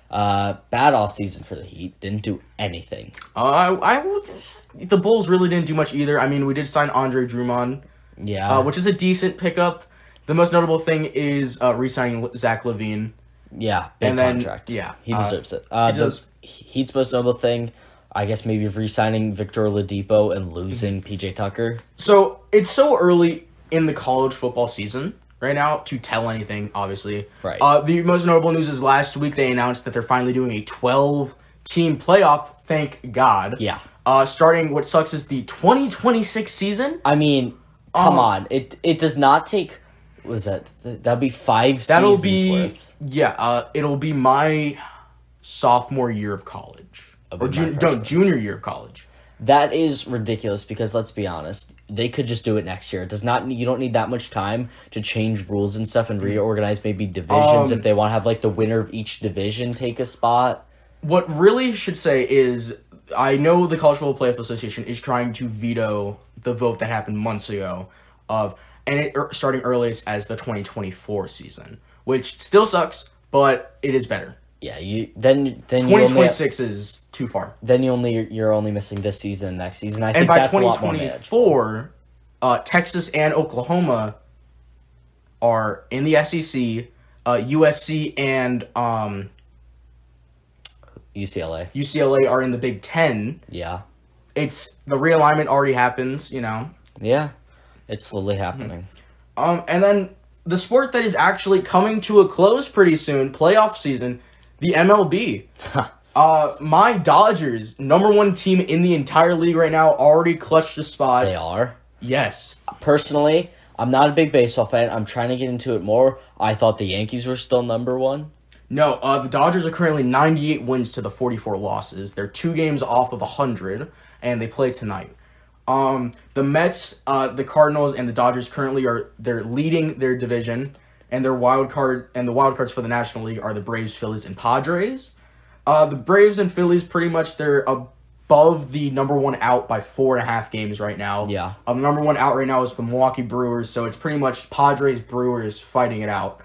S2: Uh, bad off season for the Heat. Didn't do anything.
S1: Uh, I, I would- the Bulls really didn't do much either. I mean, we did sign Andre Drummond,
S2: Yeah,
S1: uh, which is a decent pickup. The most notable thing is uh, re-signing Zach Levine.
S2: yeah, big
S1: and then-
S2: contract.
S1: yeah,
S2: he
S1: uh,
S2: deserves it. Uh,
S1: he
S2: the
S1: does.
S2: Heat's most notable thing, I guess,
S1: Mm-hmm.
S2: maybe re-signing Victor Oladipo and losing PJ Tucker.
S1: So it's so early in the college football season right now to tell anything, obviously.
S2: Right.
S1: Uh, the most notable news is last week they announced that they're finally doing a 12 team playoff, thank God.
S2: Yeah.
S1: Uh, starting what sucks is the 2026 season.
S2: I mean, come
S1: Um,
S2: on. It it does not take. Was that th- that'd be five
S1: That'll
S2: seasons
S1: be
S2: worth?
S1: yeah. Uh, it'll be my sophomore year of college, or
S2: my
S1: jun- no,
S2: freshman.
S1: junior year of college.
S2: That is ridiculous because let's be honest, they could just do it next year. It does not you don't need that much time to change rules and stuff and reorganize maybe divisions
S1: Um,
S2: if they want to have like the winner of each division take a spot.
S1: What really should say is, I know the College Football Playoff Association is trying to veto the vote that happened months ago of and it er, starting earliest as the 2024 season, which still sucks, but it is better.
S2: Yeah, you then then you only
S1: 2026 is too far,
S2: then you only you're only missing this season and next season. I
S1: and
S2: think
S1: by
S2: that's a lot more manageable.
S1: 2024, uh, Texas and Oklahoma are in the SEC. Uh, USC and um,
S2: UCLA.
S1: UCLA are in the Big Ten.
S2: Yeah.
S1: It's the realignment already happens, you know.
S2: Yeah. It's slowly happening.
S1: Um, and then the sport that is actually coming to a close pretty soon, playoff season, the MLB. uh, my Dodgers, number one team in the entire league right now, already clutched the spot.
S2: They are.
S1: Yes,
S2: personally, I'm not a big baseball fan. I'm trying to get into it more. I thought the Yankees were still number one.
S1: no. Uh, the Dodgers are currently ninety-eight wins to the forty-four losses. They're two games off of hundred, and they play tonight. Um, the Mets, uh, the Cardinals, and the Dodgers currently are they're leading their division, and their wild card and the wild cards for the National League are the Braves, Phillies, and Padres. Uh, the Braves and Phillies pretty much they're above the number one out by four and a half games right now.
S2: Yeah.
S1: Uh, the number one out right now is the Milwaukee Brewers, so it's pretty much Padres Brewers fighting it out.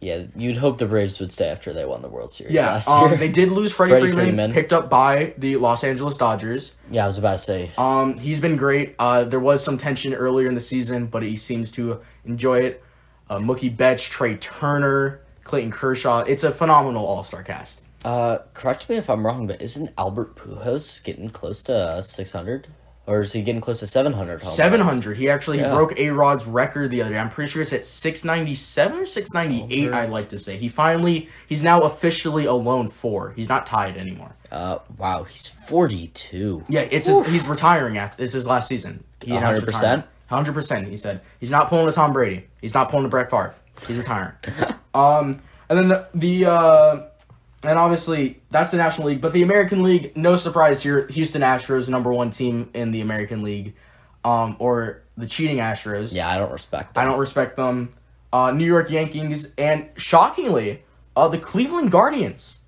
S2: Yeah, you'd hope the Braves would stay after they won the World Series
S1: Yeah,
S2: last year.
S1: um, [laughs] they did lose Freddie,
S2: Freddie
S1: Freeman,
S2: Freeman.
S1: picked up by the Los Angeles Dodgers.
S2: [laughs] yeah, I was about to say.
S1: Um, he's been great. Uh, there was some tension earlier in the season, but he seems to enjoy it. Uh, Mookie Betts, Trey Turner, Clayton Kershaw. It's a phenomenal All Star cast.
S2: Uh, correct me if I'm wrong, but isn't Albert Pujols getting close to six hundred, or is he getting close to seven hundred?
S1: Seven hundred. He actually
S2: Yeah.
S1: broke A Rod's record the other day. I'm pretty sure it's at six ninety seven or six ninety eight. I'd like to say he finally. He's now officially alone four. He's not tied anymore.
S2: Uh, wow, he's forty two.
S1: Yeah, it's his, he's retiring after it's his last season. He announced
S2: 100%?
S1: retirement. 100%. He said he's not pulling a Tom Brady. He's not pulling a Brett Favre. He's retiring. um, and then the, the uh, and obviously that's the National League, but the American League, no surprise here. Houston Astros, number one team in the American League, um, or the cheating Astros.
S2: Yeah, I don't respect.
S1: I
S2: That.
S1: don't respect them. Uh, New York Yankees and shockingly, uh, the Cleveland Guardians.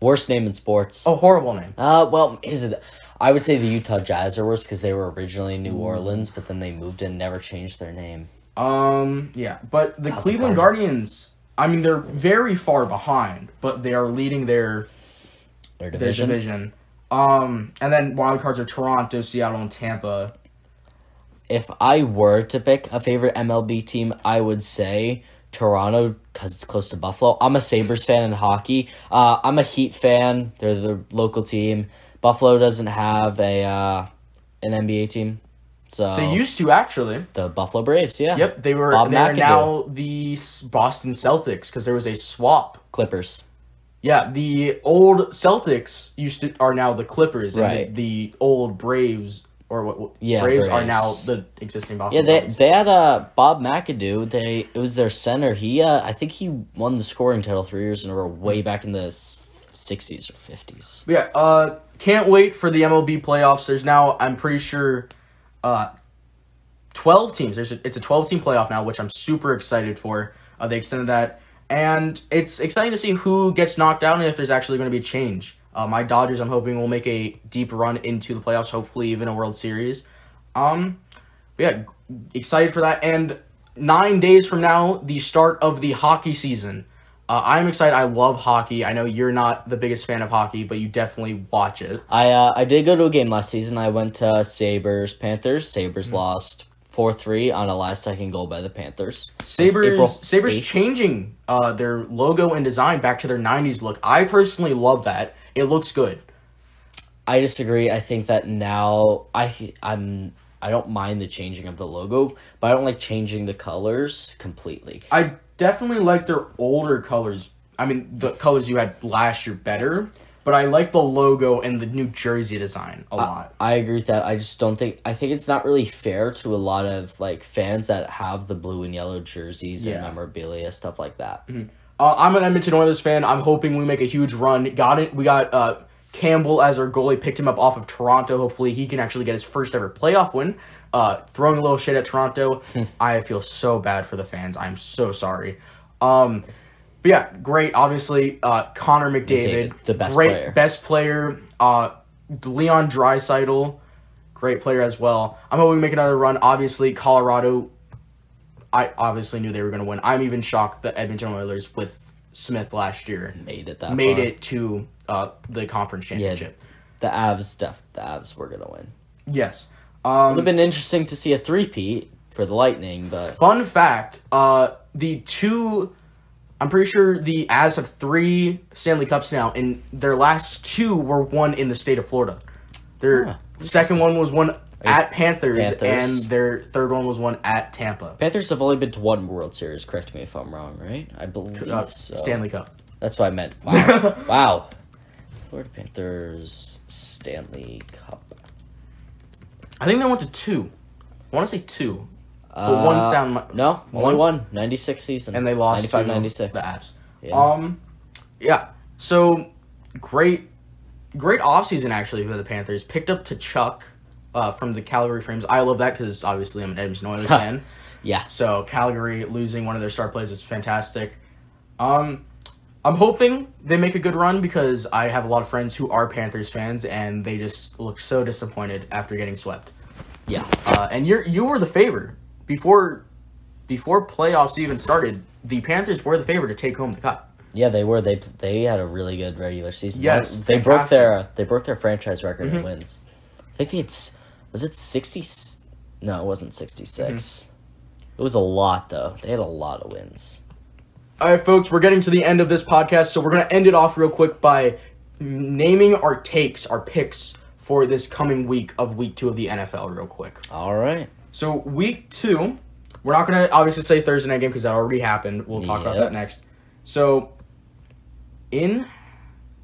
S2: Worst name in sports.
S1: A horrible name.
S2: Uh, well, is it? I would say the Utah Jazz are worse because they were originally
S1: Mm.
S2: in New Orleans, but then they moved and never changed their name.
S1: Um, yeah, but the Cleveland Guardians,
S2: Guardians.
S1: I mean, they're very far behind, but they are leading their, their
S2: Their division.
S1: division. Um, and then wild cards are Toronto, Seattle, and Tampa.
S2: If I were to pick a favorite MLB team, I would say Toronto because it's close to Buffalo. I'm a Sabres fan in hockey. Uh, I'm a Heat fan. They're the local team. Buffalo doesn't have a uh, an NBA team, so
S1: They used to actually.
S2: the Buffalo Braves. Yeah.
S1: Yep, they were.
S2: Oh. Bob
S1: they are
S2: McAdoo.
S1: now the S- Boston Celtics because there was a swap.
S2: Clippers.
S1: Yeah, the old Celtics used to are now the Clippers, and
S2: Right.
S1: the, the old Braves or what? what
S2: Yeah,
S1: Braves, are
S2: Braves.
S1: now the existing Boston.
S2: Yeah, they
S1: Celtics.
S2: they had uh Bob McAdoo. They it was their center. He uh, I think he won the scoring title three years in a row way back in the sixties or fifties.
S1: But yeah, uh, can't wait for the MLB playoffs. There's now, I'm pretty sure, uh, 12 teams. There's a, it's a 12 team playoff now, which I'm super excited for. Uh, they extended that. And it's exciting to see who gets knocked out and if there's actually going to be a change. Uh, my Dodgers, I'm hoping, will make a deep run into the playoffs, hopefully, even a World Series. Um, but yeah, excited for that. And nine days from now, the start of the hockey season. Uh, I'm excited. I love hockey. I know you're not the biggest fan of hockey, but you definitely watch it.
S2: I uh, I did go to a game last season. I went to Sabers Panthers. Sabers
S1: Mm-hmm.
S2: lost four three on a last second goal by the Panthers. It was
S1: Sabres,
S2: April
S1: Sabres
S2: 8th.
S1: changing uh, their logo and design back to their 90s look. I personally love that. It looks good.
S2: I disagree. I think that now I th- I'm I don't mind the changing of the logo, but I don't like changing the colors completely.
S1: I definitely like their older colors. I mean, the colors you had last year better, but I like the logo and the New Jersey design a lot.
S2: I agree with that. I just don't think I think it's not really fair to a lot of like fans that have the blue and yellow jerseys
S1: Yeah.
S2: and memorabilia stuff like that.
S1: Uh, I'm an Edmonton Oilers fan. I'm hoping we make a huge run. Got it. We got uh, Campbell as our goalie. Picked him up off of Toronto. Hopefully, he can actually get his first ever playoff win. Uh, throwing a little shit at Toronto.
S2: Hmm.
S1: I feel so bad for the fans. I'm so sorry. Um, but yeah, great. Obviously, uh, Connor McDavid,
S2: McDavid, the best
S1: great
S2: player.
S1: best player. Uh, Leon Dreisaitl, great player as well. I'm hoping we make another run. Obviously, Colorado I obviously knew they were going to win. I'm even shocked the Edmonton Oilers with Smith last year
S2: Made it that
S1: made
S2: far.
S1: it to uh, the conference
S2: Yeah,
S1: championship.
S2: the Avs def the Avs were gonna win.
S1: Yes.
S2: Would have been interesting to see a three-peat for the Lightning, but
S1: Fun fact: uh, the two, I'm pretty sure the Avs have three Stanley Cups now, and their last two were won in the state of Florida. Their
S2: Huh,
S1: second one was one at
S2: It's
S1: Panthers,
S2: Panthers.
S1: and their third one was one at Tampa. uh,
S2: Panthers have only been to one World Series. Correct me if I'm wrong, right? I believe
S1: Uh,
S2: so.
S1: Stanley Cup.
S2: That's what I meant. Wow.
S1: [laughs]
S2: wow. Florida Panthers Stanley Cup.
S1: I think they went to two. I want to say two, but one
S2: Uh,
S1: sound. mi-
S2: No,
S1: One?
S2: only one. 96 season.
S1: and they lost
S2: 95
S1: to
S2: 96.
S1: the Avs.
S2: Yeah.
S1: Um, yeah. So great, great offseason actually for the Panthers. Picked up to Chuck uh, from the Calgary Frames. I love that because obviously I'm an Edmonton Oilers fan.
S2: Yeah.
S1: So Calgary losing one of their star players is fantastic. Um, I'm hoping they make a good run because I have a lot of friends who are Panthers fans and they just look so disappointed after getting swept.
S2: Yeah.
S1: Uh, and you are you were the favorite before before playoffs even started. The Panthers were the favorite to take home the cup.
S2: Yeah, they were. They they had a really good regular season.
S1: Yes,
S2: they broke
S1: fantastic. Mm-hmm.
S2: their uh, they broke their franchise record in wins. I think it's was it 60 No, it wasn't 66.
S1: Mm-hmm.
S2: It was a lot though. They had a lot of wins.
S1: All right, folks, we're getting to the end of this podcast, so we're gonna end it off real quick by naming our takes, our picks for this coming week of Week Two of the NFL, real quick.
S2: All right.
S1: So Week Two, we're not gonna obviously say Thursday night game because that already happened. We'll talk about
S2: Yep.
S1: that next. So, in,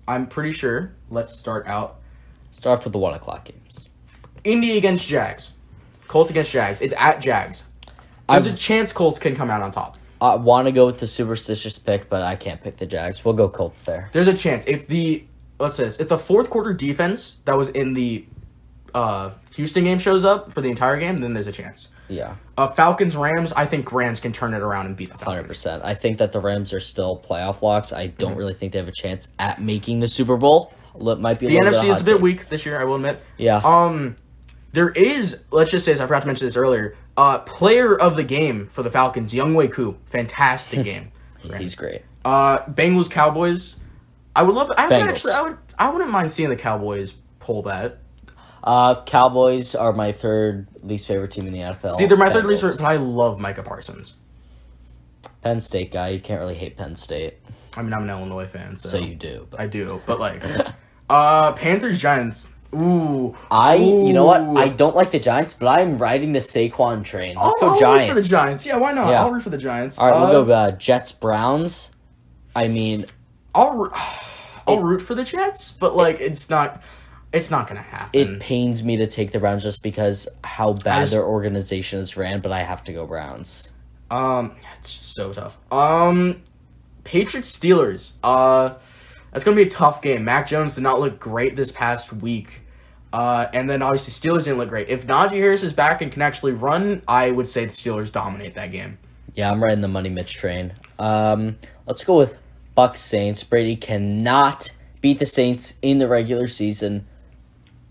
S1: I'm pretty sure. Let's start out
S2: Start for the 1 o'clock games.
S1: Indy against Jags. Colts against Jags. It's at Jags. There's a chance Colts can come out on top.
S2: I want to go with the superstitious pick, but I can't pick the Jags. We'll go Colts there.
S1: There's a chance if the let's say this if the fourth quarter defense that was in the uh, Houston game shows up for the entire game, then there's a chance.
S2: Yeah,
S1: Uh, Falcons Rams. I think Rams can turn it around and beat the Falcons.
S2: hundred percent. I think that the Rams are still playoff locks. I don't
S1: Mm-hmm.
S2: really think they have a chance at making the Super Bowl. Li- Might be a
S1: The
S2: little bit of
S1: NFC is
S2: hot
S1: a bit
S2: take.
S1: weak this year. I will admit.
S2: Yeah,
S1: Um, there is let's just say this. I forgot to mention this earlier. Uh, player of the game for the Falcons, Youngway Koo.
S2: [laughs]
S1: Fantastic game.
S2: he's great.
S1: Uh, Bengals Cowboys. I would love. I would
S2: Bengals.
S1: actually. I would. I wouldn't mind seeing the Cowboys pull that.
S2: Uh, Cowboys are my third least favorite team in the NFL.
S1: See, they're my third least
S2: Oh, Bengals.
S1: favorite, but I love Micah Parsons.
S2: Penn State guy. You can't really hate Penn State,
S1: I mean, I'm an Illinois fan, so,
S2: so you do. But
S1: I do. But
S2: [laughs]
S1: like, uh, Panthers Giants. Ooh,
S2: I, you know what?
S1: Ooh.
S2: I don't like the Giants, but I'm riding the Saquon train. Let's
S1: I'll- I'll
S2: go
S1: root
S2: Giants.
S1: Oh, for the Giants. Yeah, why not?
S2: Yeah.
S1: I'll root for the Giants.
S2: All right,
S1: uh,
S2: we'll go uh, Jets Browns. I mean,
S1: I'll ru- [sighs] I'll root for the Jets, but like, it's not. It's not gonna happen.
S2: it pains me to take the Browns just because how bad
S1: hmm. just-
S2: their organization is ran, but I have to go Browns.
S1: Um, it's just so tough. Um, Patriots Steelers. Uh, that's gonna be a tough game. Mac Jones did not look great this past week. Uh, and then obviously Steelers didn't look great. If Najee Harris is back and can actually run, I would say the Steelers dominate that game.
S2: Yeah, I'm riding the money Mitch train. Um, let's go with Bucks Saints. Brady cannot beat the Saints in the regular season,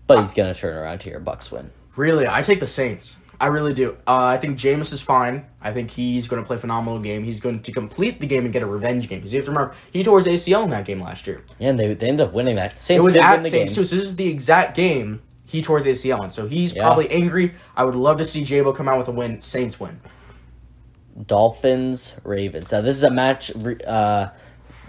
S2: but he's gonna turn around here. Bucks win.
S1: Really, I take the Saints. I really do. Uh, I think Jameis is fine. I think he's going to play a phenomenal game. He's going to complete the game and get a revenge game. Because you have to remember, he tore his ACL in that game last year.
S2: Yeah, and they they end up winning that. The
S1: It
S2: Saints
S1: was
S2: did win
S1: at
S2: the
S1: Saints
S2: game.
S1: too. So this is the exact game he tore his ACL in. So he's
S2: Yeah.
S1: probably angry. I would love to see Jabo come out with a win. Saints win.
S2: Dolphins Ravens. Now this is a match re, uh,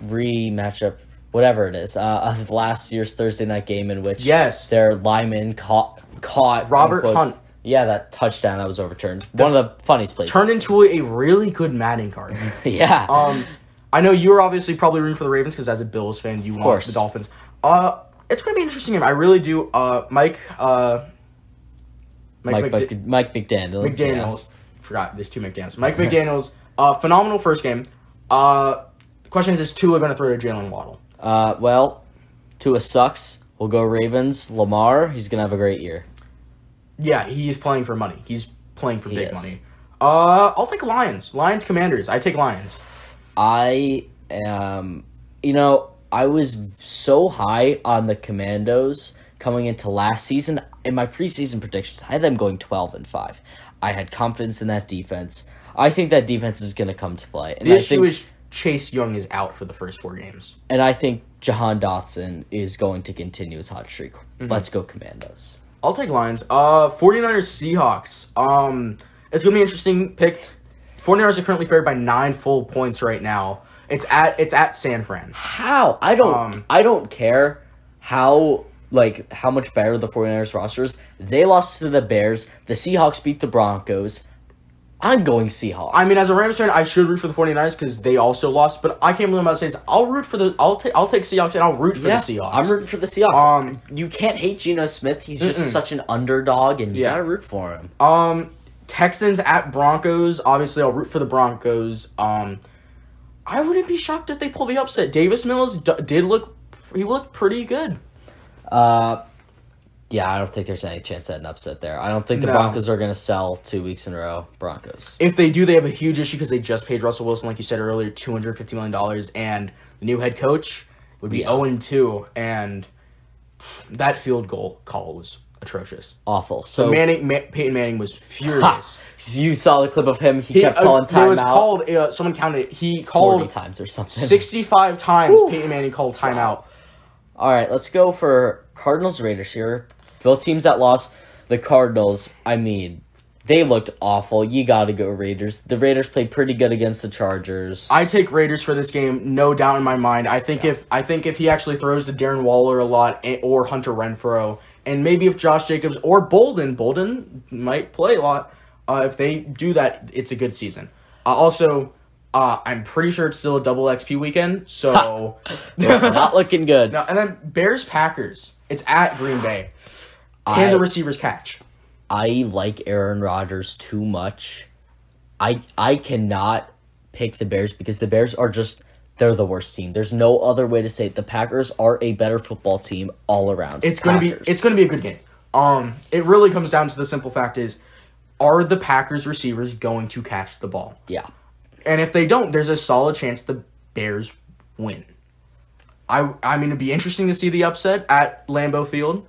S2: re matchup. Whatever it is, uh, of last year's Thursday night game in which
S1: Yes.
S2: their lineman caught caught
S1: Robert
S2: in quotes,
S1: Hunt.
S2: Yeah, that touchdown that was overturned. One of the funniest plays.
S1: Turned
S2: I've
S1: into a really good Madden
S2: [laughs]
S1: card.
S2: seen. yeah.
S1: Um, I know you're obviously probably rooting for the Ravens because as a Bills fan, you want
S2: course.
S1: the Dolphins. Uh, it's gonna be an interesting game. I really do. Uh, Mike. Uh,
S2: Mike,
S1: Mc-
S2: Mc- Mike McDaniel.
S1: McDaniels. Forgot there's two McDaniels.
S2: [laughs]
S1: Mike McDaniels, uh, phenomenal first game. Uh, the question is, is Tua going to throw to Jalen Waddle?
S2: Uh, well, Tua sucks. We'll go Ravens. Lamar, he's gonna have a great year.
S1: Yeah, he's playing for money. He's playing for big
S2: is.
S1: money. Uh, I'll take Lions. Lions Commanders. I take Lions.
S2: I am, you know, I was so high on the Commandos coming into last season. In my preseason predictions, I had them going 12 and 5. I had confidence in that defense. I think that defense is going to come to play. And
S1: The
S2: I
S1: issue
S2: think,
S1: is Chase Young is out for the first four games.
S2: and I think Jahan Dotson is going to continue his hot streak.
S1: Mm-hmm.
S2: Let's go Commandos.
S1: I'll take Lions. Uh, 49ers Seahawks. Um, it's gonna be an interesting pick. 49ers are currently favored by nine full points right now. It's at it's at San Fran.
S2: How? I don't
S1: Um,
S2: I don't care how like how much better the 49ers roster is. They lost to the Bears. The Seahawks beat the Broncos. I'm going Seahawks.
S1: I mean, as a Rams fan, I should root for the 49ers because they also lost. But I can't believe I'm saying I'll root for the I'll take I'll take Seahawks and I'll root for
S2: Yeah,
S1: the Seahawks.
S2: I'm rooting for the Seahawks.
S1: Um,
S2: you can't hate Geno Smith. He's just such an underdog and you
S1: Yeah.
S2: gotta root for him.
S1: um, Texans at Broncos. Obviously, I'll root for the Broncos. Um, I wouldn't be shocked if they pull the upset. Davis Mills d- did look he looked pretty good.
S2: yeah, I don't think there's any chance at an upset there. I don't think the
S1: No.
S2: Broncos are gonna sell two weeks in a row. Broncos.
S1: If they do, they have a huge issue because they just paid Russell Wilson, like you said earlier, two hundred fifty million dollars, and the new head coach would be
S2: Yeah.
S1: zero and two, and that field goal call was atrocious.
S2: Awful. So
S1: Manning, Ma- Peyton Manning was furious.
S2: you saw the clip of him, he,
S1: He-
S2: kept
S1: uh,
S2: calling
S1: there was
S2: timeout
S1: called uh, someone counted. He
S2: 40
S1: called
S2: times or something.
S1: sixty-five times. Peyton Manning called timeout.
S2: All right, let's go for Cardinals Raiders here. Both teams that lost. The Cardinals, I mean, they looked awful. You got to go Raiders. The Raiders played pretty good against the Chargers.
S1: I take Raiders for this game, no doubt in my mind. I think if I think if he actually throws to Darren Waller a lot a- or Hunter Renfro, and maybe if Josh Jacobs or Bolden, Bolden might play a lot. Uh, if they do that, it's a good season. Uh, also, uh, I'm pretty sure it's still a double XP weekend. So,
S2: [laughs] Not looking
S1: [laughs]
S2: good.
S1: and then Bears Packers. It's at Green Bay. Can
S2: I-
S1: the receivers catch?
S2: I like Aaron Rodgers too much. I I cannot pick the Bears because the Bears are just they're the worst team. There's no other way to say it. The Packers are a better football team all around.
S1: it's gonna
S2: Packers.
S1: be it's gonna be a good game. Um, it really comes down to the simple fact is, are the Packers receivers going to catch the ball?
S2: yeah.
S1: And if they don't, there's a solid chance the Bears win. I I mean it'd be interesting to see the upset at Lambeau Field.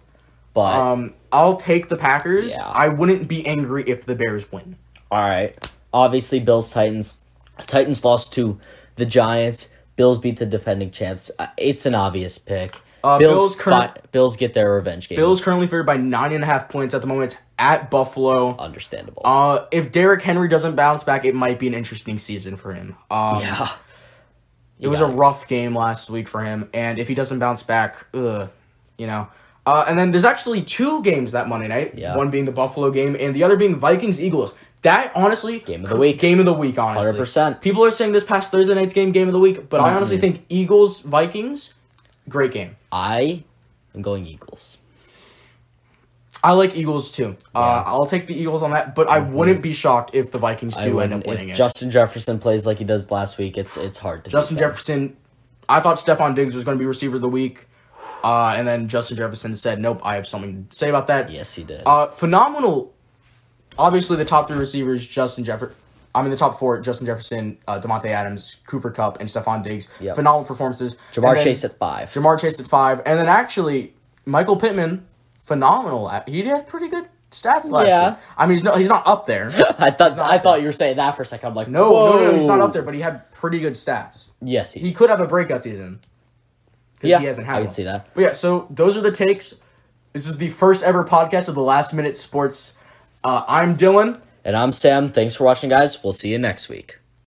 S2: But
S1: Um, I'll take the Packers.
S2: Yeah.
S1: I wouldn't be angry if the Bears win.
S2: All right. Obviously, Bills Titans. Titans lost to the Giants. Bills beat the defending champs. Uh, It's an obvious pick.
S1: Uh,
S2: Bills
S1: Bills current-
S2: fi- Bills get their revenge game.
S1: Bills currently favored by nine and a half points at the moment. It's at Buffalo.
S2: understandable.
S1: Uh, if Derrick Henry doesn't bounce back, it might be an interesting season for him. Um,
S2: yeah.
S1: It was a rough game last week for him, and if he doesn't bounce back, ugh, you know. Uh, and then there's actually two games that Monday night.
S2: Yeah.
S1: One being the Buffalo game, and the other being Vikings Eagles. That honestly
S2: Game of the week.
S1: Game of the week, honestly.
S2: 100%.
S1: People are saying this past Thursday night's game, game of the week, but
S2: Mm-hmm.
S1: I honestly think Eagles Vikings, great game.
S2: I am going Eagles.
S1: I like Eagles too. Uh, I'll take the Eagles on that, but I wouldn't be shocked if the Vikings
S2: Mm-hmm. I
S1: do
S2: win.
S1: end up winning
S2: if
S1: it.
S2: Justin Jefferson plays like he does last week, it's it's hard to.
S1: Justin
S2: beat them.
S1: Jefferson. I thought Stephon Diggs was going to be receiver of the week, uh, and then Justin Jefferson said, "Nope, I have something to say about that."
S2: Yes, he did.
S1: Uh, phenomenal. Obviously, the top three receivers: Justin Jefferson. I mean, the top four: Justin Jefferson, uh, Demonte Adams, Cooper Cup, and Stephon Diggs.
S2: Yep.
S1: Phenomenal performances.
S2: Jamar
S1: And then
S2: Chase at five.
S1: Jamar Chase at five, and then actually Michael Pittman, phenomenal. At, he had pretty good stats last
S2: Yeah.
S1: year. I mean, he's no, he's not up
S2: [laughs]
S1: there.
S2: [laughs] I thought
S1: not
S2: I
S1: up
S2: thought
S1: there.
S2: you were saying that for a second. I'm like,
S1: No, no, no, he's not
S2: whoa.
S1: up there, but he had pretty good stats
S2: Yes, he.
S1: he could have a breakout season because
S2: yeah,
S1: he hasn't had.
S2: I can
S1: one.
S2: see that.
S1: But yeah, so those are the takes. This is the first ever podcast of the Last Minute Sports. Uh, I'm Dylan.
S2: And I'm Sam. Thanks for watching, guys. We'll see you next week.